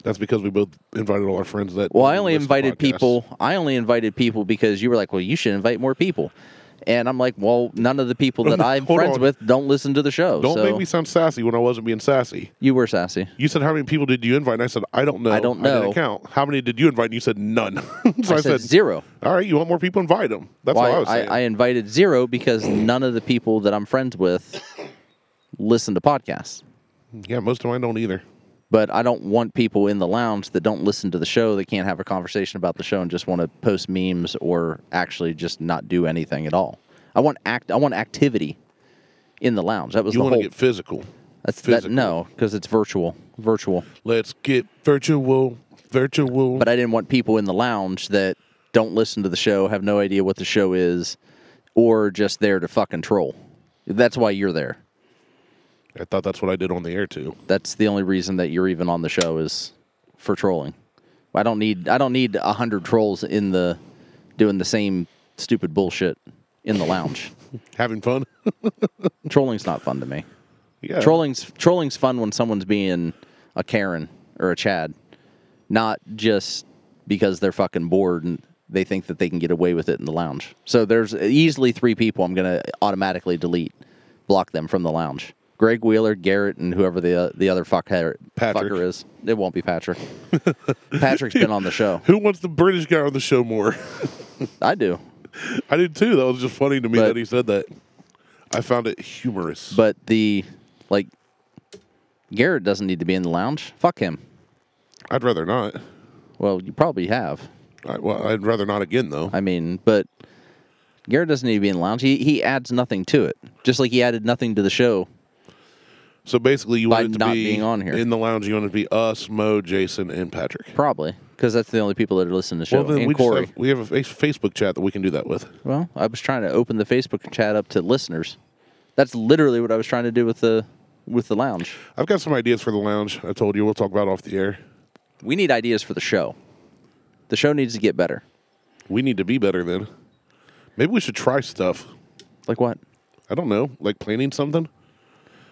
Speaker 1: That's because we both invited all our friends. That
Speaker 2: well, I only
Speaker 1: listen to
Speaker 2: invited
Speaker 1: podcasts.
Speaker 2: people. I only invited people because you were like, "Well, you should invite more people," and I'm like, "Well, none of the people that I'm
Speaker 1: Hold
Speaker 2: friends
Speaker 1: on.
Speaker 2: with don't listen to the show."
Speaker 1: Don't
Speaker 2: so
Speaker 1: make me sound sassy when I wasn't being sassy.
Speaker 2: you were sassy.
Speaker 1: You said how many people did you invite? And I said I don't know.
Speaker 2: I don't know.
Speaker 1: didn't count. How many did you invite? And you said none. so
Speaker 2: I, said zero.
Speaker 1: All right, you want more people? Invite them. That's
Speaker 2: Why
Speaker 1: what I was
Speaker 2: I,
Speaker 1: saying.
Speaker 2: I, invited zero because none of the people that I'm friends with listen to podcasts.
Speaker 1: yeah, most of mine don't either.
Speaker 2: But I don't want people in the lounge that don't listen to the show that can't have a conversation about the show and just want to post memes or actually just not do anything at all. I want act. I want activity in the lounge. That was
Speaker 1: You
Speaker 2: the
Speaker 1: want
Speaker 2: whole.
Speaker 1: to get physical?
Speaker 2: that's that,
Speaker 1: physical.
Speaker 2: no, because it's virtual. Virtual.
Speaker 1: Let's get virtual, virtual.
Speaker 2: but I didn't want people in the lounge that don't listen to the show, have no idea what the show is, or just there to fucking troll. That's why you're there.
Speaker 1: I thought that's what I did on the air too.
Speaker 2: That's the only reason that you're even on the show is for trolling. I don't need I don't need a hundred trolls in the doing the same stupid bullshit in the lounge.
Speaker 1: Having fun.
Speaker 2: Trolling's not fun to me.
Speaker 1: yeah.
Speaker 2: Trolling's trolling's fun when someone's being a Karen or a Chad, not just because they're fucking bored and they think that they can get away with it in the lounge. So there's easily three people I'm gonna automatically delete, block them from the lounge. Greg Wheeler, Garrett, and whoever the uh, the other fuckhead
Speaker 1: Patrick.
Speaker 2: fucker is. It won't be Patrick. Patrick's been on the show.
Speaker 1: Who wants the British guy on the show more?
Speaker 2: I do.
Speaker 1: I did too. That was just funny to me
Speaker 2: But-
Speaker 1: that he said that. I found it humorous.
Speaker 2: But the like Garrett doesn't need to be in the lounge. Fuck him.
Speaker 1: I'd rather not.
Speaker 2: Well, you probably have.
Speaker 1: I, well, I'd rather not again though.
Speaker 2: I mean, but Garrett doesn't need to be in the lounge. He he adds nothing to it. Just like he added nothing to the show.
Speaker 1: so basically, you
Speaker 2: By
Speaker 1: wanted to
Speaker 2: not
Speaker 1: be
Speaker 2: being on here.
Speaker 1: in the lounge. You wanted to be us, Mo, Jason, and Patrick.
Speaker 2: Probably. Because that's the only people that are listening to the show. and
Speaker 1: we just
Speaker 2: Corey.
Speaker 1: have, we have a face- Facebook chat that we can do that with.
Speaker 2: Well, I was trying to open the Facebook chat up to listeners. That's literally what I was trying to do with the with the lounge.
Speaker 1: I've got some ideas for the lounge. I told you we'll talk about off the air.
Speaker 2: We need ideas for the show. The show needs to get better.
Speaker 1: We need to be better then. Maybe we should try stuff.
Speaker 2: Like what?
Speaker 1: I don't know, like planning something.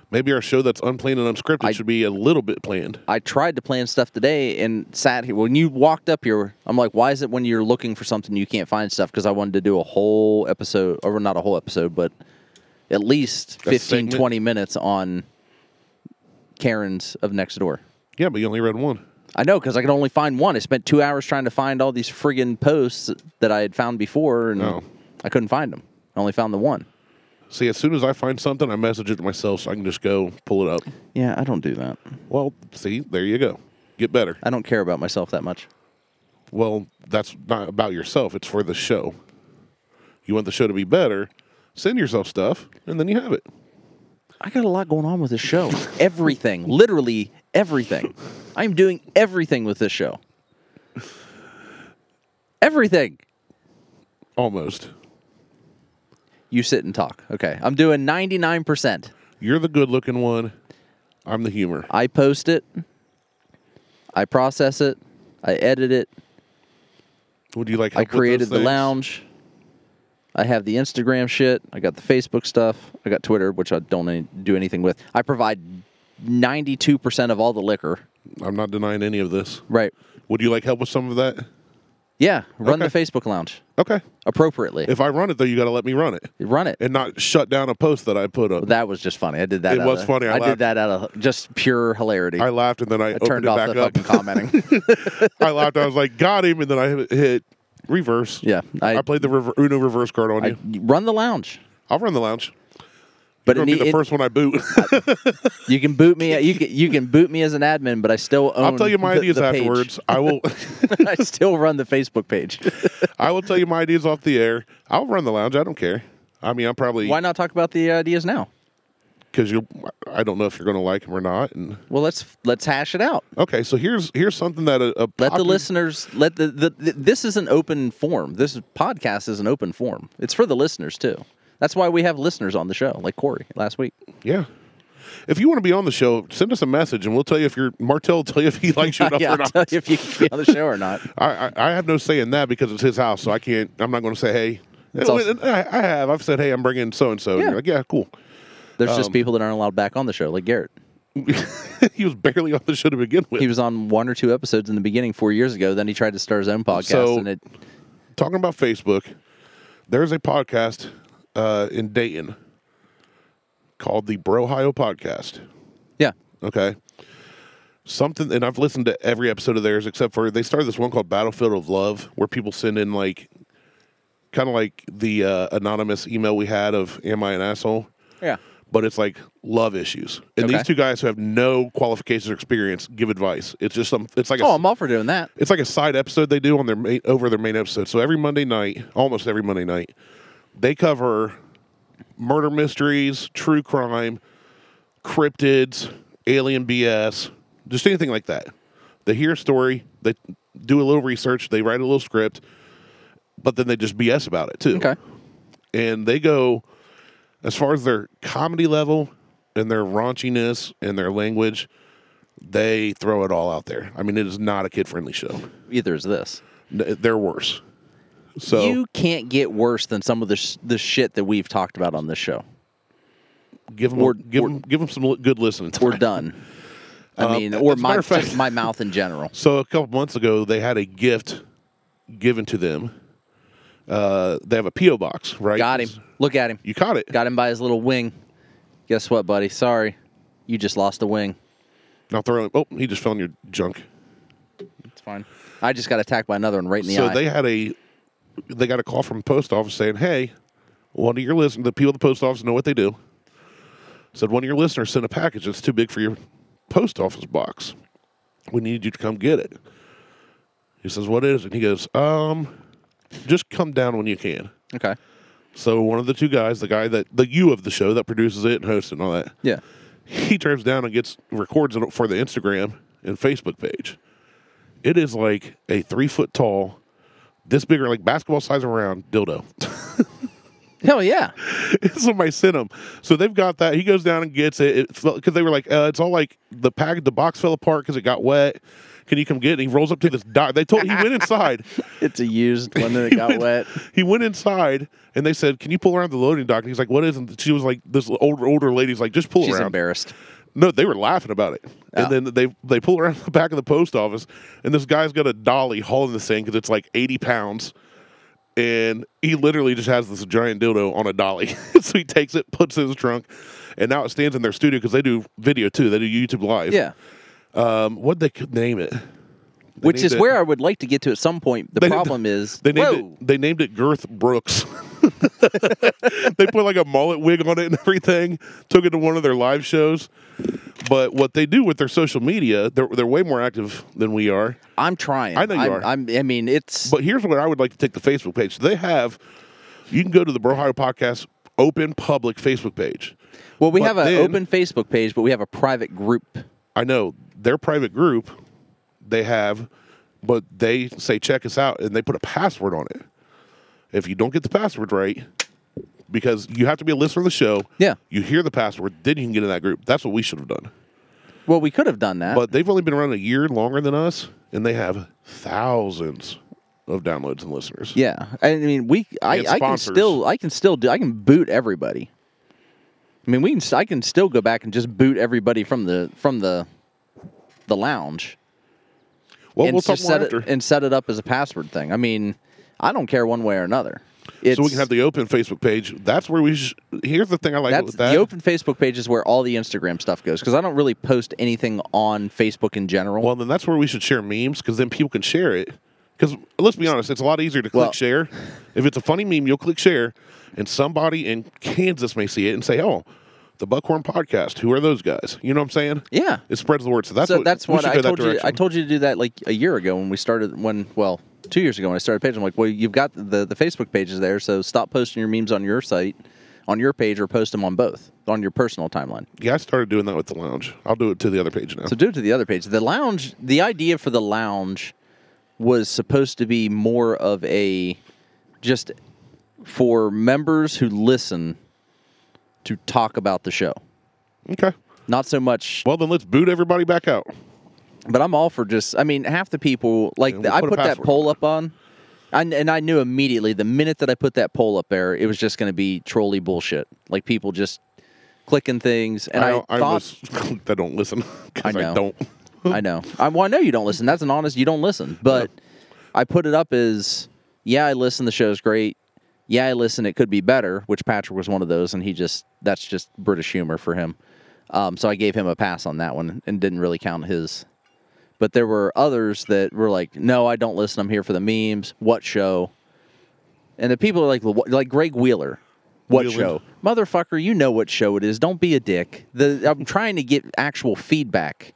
Speaker 1: Maybe our show that's unplanned and unscripted
Speaker 2: I-
Speaker 1: should be a little bit planned.
Speaker 2: I tried to plan stuff today and sat here. When you walked up here, I'm like, why is it when you're looking for something you can't find stuff? Because I wanted to do a whole episode, or not a whole episode, but at least
Speaker 1: A
Speaker 2: 15,
Speaker 1: segment?
Speaker 2: 20 minutes on Karen's of Next Door.
Speaker 1: Yeah, but you only read one.
Speaker 2: I know because I could only find one. I spent two hours trying to find all these friggin' posts that I had found before, and
Speaker 1: Oh.
Speaker 2: I couldn't find them. I only found the one.
Speaker 1: See, as soon as I find something, I message it to myself so I can just go pull it up.
Speaker 2: Yeah, I don't do that.
Speaker 1: Well, see, there you go. Get better.
Speaker 2: I don't care about myself that much.
Speaker 1: Well, that's not about yourself, it's for the show. You want the show to be better, send yourself stuff, and then you have it.
Speaker 2: I got a lot going on with this show. everything, literally everything. I'm doing everything with this show. Everything.
Speaker 1: Almost.
Speaker 2: You sit and talk. Okay. I'm doing 99%.
Speaker 1: You're the good looking one. I'm the humor.
Speaker 2: I post it. I process it. I edit it.
Speaker 1: Would you like
Speaker 2: I
Speaker 1: help with
Speaker 2: created
Speaker 1: those
Speaker 2: the
Speaker 1: things?
Speaker 2: lounge. I have the Instagram shit. I got the Facebook stuff. I got Twitter, which I don't any- do anything with. I provide 92% of all the liquor.
Speaker 1: I'm not denying any of this.
Speaker 2: Right.
Speaker 1: Would you like help with some of that?
Speaker 2: Yeah. Run
Speaker 1: Okay.
Speaker 2: the Facebook lounge
Speaker 1: Okay.
Speaker 2: appropriately.
Speaker 1: If I run it though, you got to let me run it
Speaker 2: Run it.
Speaker 1: and not shut down a post that I put up.
Speaker 2: That was just funny. I did that.
Speaker 1: It
Speaker 2: out
Speaker 1: was
Speaker 2: of-
Speaker 1: funny. I
Speaker 2: I,
Speaker 1: laughed.
Speaker 2: did that out of just pure hilarity.
Speaker 1: I
Speaker 2: I,
Speaker 1: laughed and then I, opened
Speaker 2: turned
Speaker 1: it
Speaker 2: off
Speaker 1: back
Speaker 2: the
Speaker 1: up.
Speaker 2: fucking commenting.
Speaker 1: I laughed. I was like, got him, and then I hit- hit reverse.
Speaker 2: Yeah,
Speaker 1: I,
Speaker 2: I-
Speaker 1: played the rever- Uno reverse card on
Speaker 2: I-
Speaker 1: you.
Speaker 2: run the lounge,
Speaker 1: I'll run the lounge.
Speaker 2: but
Speaker 1: You're gonna
Speaker 2: it,
Speaker 1: be
Speaker 2: need-
Speaker 1: the
Speaker 2: it-
Speaker 1: first one I boot.
Speaker 2: you can boot me. You can you can boot me as an admin, but I still own.
Speaker 1: I'll tell you my
Speaker 2: the-
Speaker 1: ideas
Speaker 2: the page.
Speaker 1: afterwards. I will.
Speaker 2: I still run the Facebook page.
Speaker 1: I will tell you my ideas off the air. I'll run the lounge. I don't care. I mean, I'm probably
Speaker 2: Why not talk about the ideas now?
Speaker 1: because you. I don't know if you're going to like him or not. And
Speaker 2: Well, let's let's hash it out.
Speaker 1: okay, so here's here's something that uh, a, a
Speaker 2: Let the
Speaker 1: popular-
Speaker 2: listeners let the, the, the this is an open forum. This podcast is an open forum. It's for the listeners too. That's why we have listeners on the show, like Corey last week.
Speaker 1: Yeah. If you want to be on the show, send us a message and we'll tell you if you're Martell will tell you if he likes you enough
Speaker 2: yeah,
Speaker 1: or
Speaker 2: I'll
Speaker 1: not.
Speaker 2: tell you if you can be on the show or not.
Speaker 1: I, I, I have no say in that because it's his house, so I can't. I'm not going to say hey.
Speaker 2: It's also-
Speaker 1: I, I have. I've said hey. I'm bringing so and so.
Speaker 2: Yeah.
Speaker 1: You're like yeah, cool.
Speaker 2: There's
Speaker 1: Um,
Speaker 2: just people that aren't allowed back on the show, like Garrett.
Speaker 1: he was barely on the show to begin with.
Speaker 2: He was on one or two episodes in the beginning four years ago. Then he tried to start his own podcast,
Speaker 1: So-
Speaker 2: and it
Speaker 1: Talking about Facebook, there's a podcast uh, in Dayton called the Brohio Podcast.
Speaker 2: yeah,
Speaker 1: Okay. Something, and I've listened to every episode of theirs except for they started this one called Battlefield of Love, where people send in like, kind of like the uh, anonymous email we had of "Am I an asshole?"
Speaker 2: yeah.
Speaker 1: But it's like love issues, and
Speaker 2: Okay.
Speaker 1: these two guys who have no qualifications or experience give advice. It's just some. It's like a,
Speaker 2: Oh, I'm all for doing that.
Speaker 1: it's like a side episode they do on their main, over their main episode. So every Monday night, almost every Monday night, they cover murder mysteries, true crime, cryptids, alien BS, just anything like that. They hear a story, they do a little research, they write a little script, but then they just BS about it too
Speaker 2: Okay,
Speaker 1: and they go as far as their comedy level and their raunchiness and their language, they throw it all out there. I mean, it is not a kid friendly show.
Speaker 2: Either is this.
Speaker 1: N- They're worse. So
Speaker 2: you can't get worse than some of the sh- the shit that we've talked about on this show.
Speaker 1: give them,
Speaker 2: we're-
Speaker 1: give 'em- give 'em some li- good listening. time.
Speaker 2: We're done. I mean, or
Speaker 1: Um, as a matter
Speaker 2: my
Speaker 1: of fact-
Speaker 2: just my mouth in general.
Speaker 1: So a couple months ago, they had a gift given to them. Uh, they have a PO box, right?
Speaker 2: Got him. Look at him.
Speaker 1: You caught it.
Speaker 2: Got him by his little wing. Guess what, buddy? Sorry, you just lost a wing.
Speaker 1: Now throw it. Oh, he just fell in your junk.
Speaker 2: It's fine. I just got attacked by another one right in the
Speaker 1: so
Speaker 2: eye.
Speaker 1: they had a they got a call from the post office saying, "Hey, one of your listeners, the people at the post office know what they do." Said one of your listeners sent a package that's too big for your post office box. We need you to come get it. He says, "What is it?" He goes, "Um, just come down when you can."
Speaker 2: okay.
Speaker 1: So one of the two guys, the guy that the you of the show that produces it and hosts it and all that,
Speaker 2: Yeah.
Speaker 1: he turns down and gets records it for the Instagram and Facebook page. It is like a three foot tall, this big or like basketball size around dildo.
Speaker 2: Hell yeah.
Speaker 1: Somebody sent him, so they've got that. He goes down and gets it because they were like, uh, "It's all like the pack, the box fell apart because it got wet." Can you come get it? And he rolls up to this dock. They told he went inside.
Speaker 2: It's a used one that got wet.
Speaker 1: He went inside and they said, "Can you pull around the loading dock?" And he's like, "What is?" And she was like, "This older older lady's like, just pull
Speaker 2: She's
Speaker 1: around."
Speaker 2: embarrassed.
Speaker 1: No, they were laughing about it.
Speaker 2: Oh.
Speaker 1: And then they they pull around the back of the post office, and this guy's got a dolly hauling this thing because it's like eighty pounds, and he literally just has this giant dildo on a dolly. so he takes it, puts it in his trunk, and now it stands in their studio because they do video too. They do YouTube live.
Speaker 2: Yeah.
Speaker 1: Um, what they could name it? They
Speaker 2: Which is
Speaker 1: named it-
Speaker 2: where I would like to get to at some point. The
Speaker 1: They-
Speaker 2: problem is,
Speaker 1: they named
Speaker 2: whoa,
Speaker 1: it. They named it Girth Brooks. they put like a mullet wig on it and everything. Took it to one of their live shows. But what they do with their social media, they're, they're way more active than we are.
Speaker 2: I'm trying.
Speaker 1: I know you
Speaker 2: I'm,
Speaker 1: are.
Speaker 2: I'm, I mean, it's
Speaker 1: But here's what I would like to take the Facebook page. They have. You can go to the Brohio Podcast open public Facebook page.
Speaker 2: well, we
Speaker 1: but
Speaker 2: have an
Speaker 1: then-
Speaker 2: open Facebook page, but we have a private group.
Speaker 1: I know their private group. They have, but they say check us out, and they put a password on it. If you don't get the password right, because you have to be a listener of the show,
Speaker 2: Yeah.
Speaker 1: you hear the password, then you can get in that group. That's what we should have done.
Speaker 2: Well, we could have done that.
Speaker 1: But they've only been around a year longer than us, and they have thousands of downloads and listeners.
Speaker 2: Yeah, I mean, we. I,
Speaker 1: And
Speaker 2: I can
Speaker 1: sponsors.
Speaker 2: still. I can still do. I can boot everybody. I mean, we can. s- I can still go back and just boot everybody from the from the the lounge
Speaker 1: well,
Speaker 2: and
Speaker 1: we'll talk
Speaker 2: just
Speaker 1: more
Speaker 2: set
Speaker 1: after,
Speaker 2: it and set it up as a password thing. I mean, I don't care one way or another. It's,
Speaker 1: so we can have the open Facebook page. That's where we. Sh- Here's the thing I like
Speaker 2: that's,
Speaker 1: with that.
Speaker 2: the open Facebook page is where all the Instagram stuff goes because I don't really post anything on Facebook in general.
Speaker 1: Well, then that's where we should share memes because then people can share it. Because let's be honest, it's a lot easier to click
Speaker 2: Well-
Speaker 1: share. If it's a funny meme, you'll click share, and somebody in Kansas may see it and say, "Oh, the Buckhorn Podcast. Who are those guys?" You know what I'm saying?
Speaker 2: yeah,
Speaker 1: It spreads the word. So that's
Speaker 2: so
Speaker 1: what,
Speaker 2: that's
Speaker 1: we
Speaker 2: what
Speaker 1: should
Speaker 2: I
Speaker 1: go that
Speaker 2: told you. I
Speaker 1: direction.
Speaker 2: told you to do that like a year ago when we started. When well, two years ago when I started the page, I'm like, well, you've got the the Facebook pages there, so stop posting your memes on your site, on your page, or post them on both on your personal timeline.
Speaker 1: yeah, I started doing that with the lounge. I'll do it to the other page now.
Speaker 2: So do it to the other page. The lounge. The idea for the lounge was supposed to be more of a just for members who listen to talk about the show.
Speaker 1: okay.
Speaker 2: Not so much
Speaker 1: Well, then let's boot everybody back out.
Speaker 2: But I'm all for just. I mean, half the people like
Speaker 1: Yeah, we'll
Speaker 2: I
Speaker 1: put a
Speaker 2: put that
Speaker 1: password
Speaker 2: poll up on, I, and I knew immediately the minute that I put that poll up there, it was just going to be trolley bullshit, like people just clicking things. And
Speaker 1: I,
Speaker 2: I,
Speaker 1: don't- I,
Speaker 2: thought,
Speaker 1: was- I don't listen. 'cause
Speaker 2: I know.
Speaker 1: I don't.
Speaker 2: I know. I, well, I know you don't listen. That's an honest. You don't listen, but I put it up as yeah, I listen. The show's great. Yeah, I listen. It could be better. Which Patrick was one of those, and he just that's just British humor for him. Um, so I gave him a pass on that one and didn't really count his. But there were others that were like, no, I don't listen. I'm here for the memes. What show? And the people are like, "What- like Greg Wheeler. What
Speaker 1: Wheeler.
Speaker 2: show? Motherfucker, you know what show it is. Don't be a dick. The, I'm trying to get actual feedback.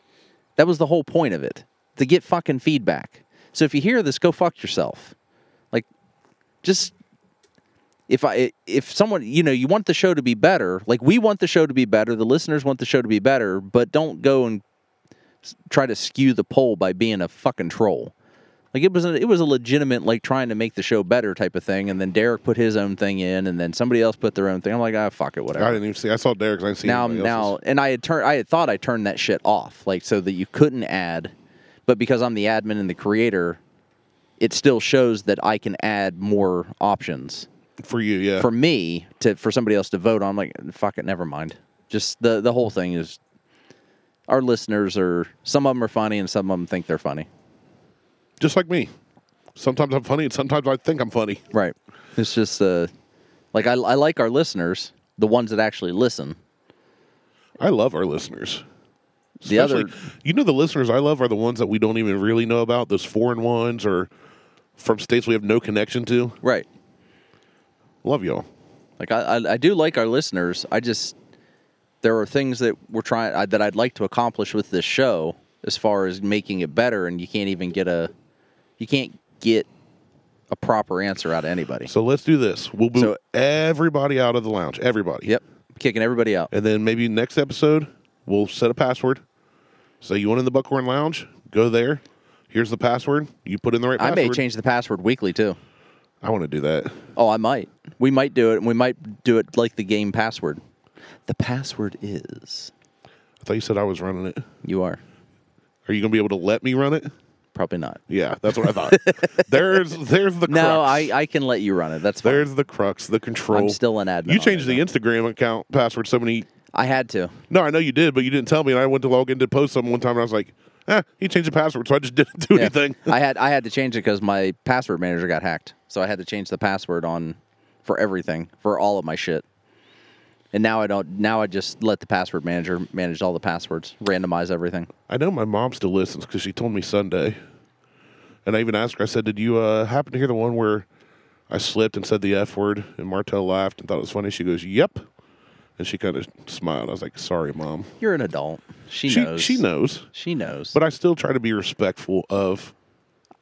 Speaker 2: That was the whole point of it to get fucking feedback. So if you hear this, go fuck yourself. Like, just if I if someone you know you want the show to be better, like we want the show to be better, the listeners want the show to be better, but don't go and s- try to skew the poll by being a fucking troll. Like it was a, it was a legitimate like trying to make the show better type of thing, and then Derek put his own thing in, and then somebody else put their own thing. I'm like, ah, fuck it, whatever.
Speaker 1: I didn't even see. I saw Derek's. I didn't see
Speaker 2: now
Speaker 1: anybody
Speaker 2: now,
Speaker 1: else's.
Speaker 2: and I had turned I had thought I turned that shit off, like so that you couldn't add, but because I'm the admin and the creator, it still shows that I can add more options
Speaker 1: for you. Yeah,
Speaker 2: for me to for somebody else to vote on. I'm like, fuck it, never mind. Just the the whole thing is. Our listeners are some of them are funny and some of them think they're funny.
Speaker 1: just like me. Sometimes I'm funny, and sometimes I think I'm funny.
Speaker 2: Right. It's just uh, like I, I like our listeners, the ones that actually listen.
Speaker 1: I love our listeners.
Speaker 2: The other-
Speaker 1: Especially- you know, the listeners I love are the ones that we don't even really know about. Those foreign ones or from states we have no connection to.
Speaker 2: Right.
Speaker 1: Love y'all.
Speaker 2: Like I, I, I do like our listeners. I just there are things that we're trying I, that I'd like to accomplish with this show as far as making it better, and you can't even get a you can't get a proper answer out of anybody.
Speaker 1: So let's do this. We'll boot
Speaker 2: So-
Speaker 1: everybody out of the lounge. Everybody.
Speaker 2: Yep, kicking everybody out.
Speaker 1: And then maybe next episode we'll set a password. Say you want in the Buckhorn Lounge? Go there. Here's the password. You put in the right
Speaker 2: I
Speaker 1: password.
Speaker 2: may change the password weekly too.
Speaker 1: I want to do that.
Speaker 2: Oh, I might. We might do it, and we might do it like the game password. The password is
Speaker 1: I thought you said I was running it.
Speaker 2: you are
Speaker 1: Are you gonna be able to let me run it?
Speaker 2: probably not.
Speaker 1: Yeah, that's what I thought. there's there's the crux.
Speaker 2: No, I, I can let you run it. That's fine.
Speaker 1: There's the crux, the control.
Speaker 2: I'm still an admin.
Speaker 1: You
Speaker 2: on
Speaker 1: changed
Speaker 2: it,
Speaker 1: the
Speaker 2: though.
Speaker 1: Instagram account password so many.
Speaker 2: I had to.
Speaker 1: No, I know you did, but you didn't tell me. And I went to log in to post something one time, and I was like, "Eh, you changed the password," so I just didn't do
Speaker 2: Yeah.
Speaker 1: anything.
Speaker 2: I had I had to change it because my password manager got hacked, so I had to change the password on for everything for all of my shit. And now I don't. Now I just let the password manager manage all the passwords, randomize everything.
Speaker 1: I know my mom still listens because she told me Sunday, and I even asked her. I said, "Did you uh, happen to hear the one where I slipped and said the f word?" And Martel laughed and thought it was funny. She goes, "Yep," and she kind of smiled. I was like, "Sorry, mom."
Speaker 2: You're an adult. She,
Speaker 1: She
Speaker 2: knows.
Speaker 1: she knows,
Speaker 2: She knows.
Speaker 1: but I still try to be respectful of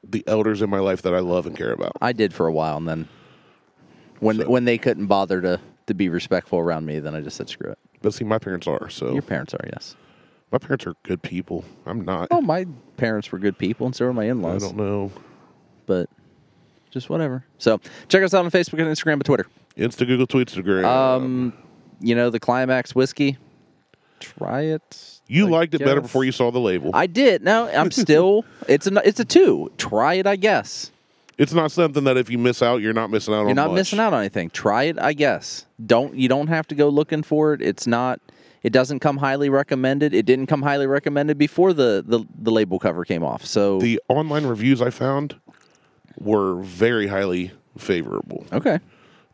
Speaker 1: the elders in my life that I love and care about.
Speaker 2: I did for a while, and then when
Speaker 1: So-
Speaker 2: when they couldn't bother to to be respectful around me, then I just said screw it.
Speaker 1: But see, my parents are so.
Speaker 2: Your parents are yes.
Speaker 1: My parents are good people. I'm not.
Speaker 2: Oh, my parents were good people, and so were my
Speaker 1: I
Speaker 2: in-laws.
Speaker 1: don't know.
Speaker 2: but just whatever. So check us out on Facebook and Instagram and Twitter.
Speaker 1: Insta Google tweets Instagram.
Speaker 2: Um, you know the Climax whiskey. Try it.
Speaker 1: you
Speaker 2: I
Speaker 1: liked it better
Speaker 2: guess.
Speaker 1: before you saw the label.
Speaker 2: I did. No, I'm still. it's a it's a two. Try it, I guess.
Speaker 1: it's not something that if you miss out, you're not missing out on.
Speaker 2: You're not
Speaker 1: much.
Speaker 2: missing out on anything. Try it, I guess. Don't you don't have to go looking for it. It's not. It doesn't come highly recommended. It didn't come highly recommended before the the, the label cover came off. So
Speaker 1: The online reviews I found were very highly favorable.
Speaker 2: okay,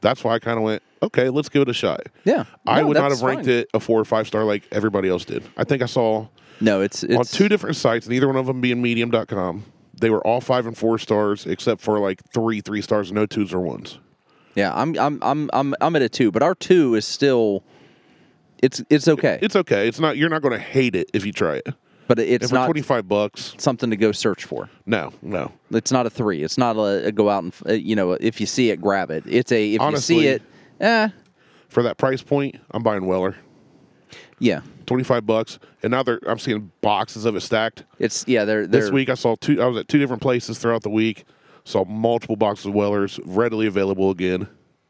Speaker 1: That's why I kind of went, okay, let's give it a shot.
Speaker 2: yeah.
Speaker 1: I
Speaker 2: No,
Speaker 1: would not
Speaker 2: that's
Speaker 1: have ranked
Speaker 2: fine.
Speaker 1: it a four or five star like everybody else did. I think I saw
Speaker 2: No, it's it's
Speaker 1: on two different sites, neither one of them being medium.com. They were all five and four stars, except for like three three stars, no twos or ones.
Speaker 2: Yeah, I'm I'm I'm I'm I'm at a two, but our two is still it's it's okay.
Speaker 1: It's okay. It's not. You're not going to hate it if you try it.
Speaker 2: but it's
Speaker 1: And for
Speaker 2: not
Speaker 1: twenty five bucks,
Speaker 2: something to go search for.
Speaker 1: no, no.
Speaker 2: It's not a three. It's not a, a go out and f- uh, you know if you see it, grab it. It's a if you
Speaker 1: Honestly-
Speaker 2: see it, eh,
Speaker 1: For that price point, I'm buying Weller.
Speaker 2: yeah.
Speaker 1: Twenty five bucks, and now they're. I'm seeing boxes of it stacked.
Speaker 2: It's yeah. They're, they're
Speaker 1: This week, I saw two. I was at two different places throughout the week. Saw multiple boxes of Wellers readily available again.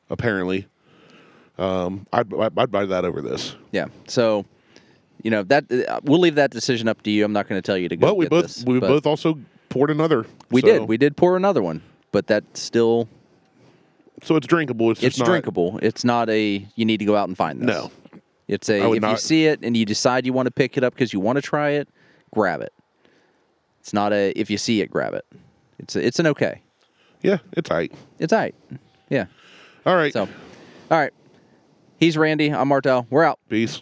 Speaker 1: Apparently, um, I'd, I'd I'd buy that over this.
Speaker 2: Yeah. So you know that uh, we'll leave that decision up to you. I'm not going to tell you to go.
Speaker 1: But we
Speaker 2: get
Speaker 1: both
Speaker 2: this,
Speaker 1: we
Speaker 2: but
Speaker 1: both also poured another.
Speaker 2: we
Speaker 1: so,
Speaker 2: did we did pour another one, but that still
Speaker 1: so it's drinkable. It's, just
Speaker 2: it's
Speaker 1: not-
Speaker 2: drinkable. It's not a you need to go out and find this.
Speaker 1: No.
Speaker 2: It's a
Speaker 1: I would
Speaker 2: if you
Speaker 1: not-
Speaker 2: see it and you decide you want to pick it up because you want to try it, grab it. It's not a if you see it, grab it. It's a, it's an okay.
Speaker 1: Yeah, it's tight.
Speaker 2: It's all right. Yeah.
Speaker 1: All right.
Speaker 2: So, all right. He's Randy. I'm Martel. We're out.
Speaker 1: Peace.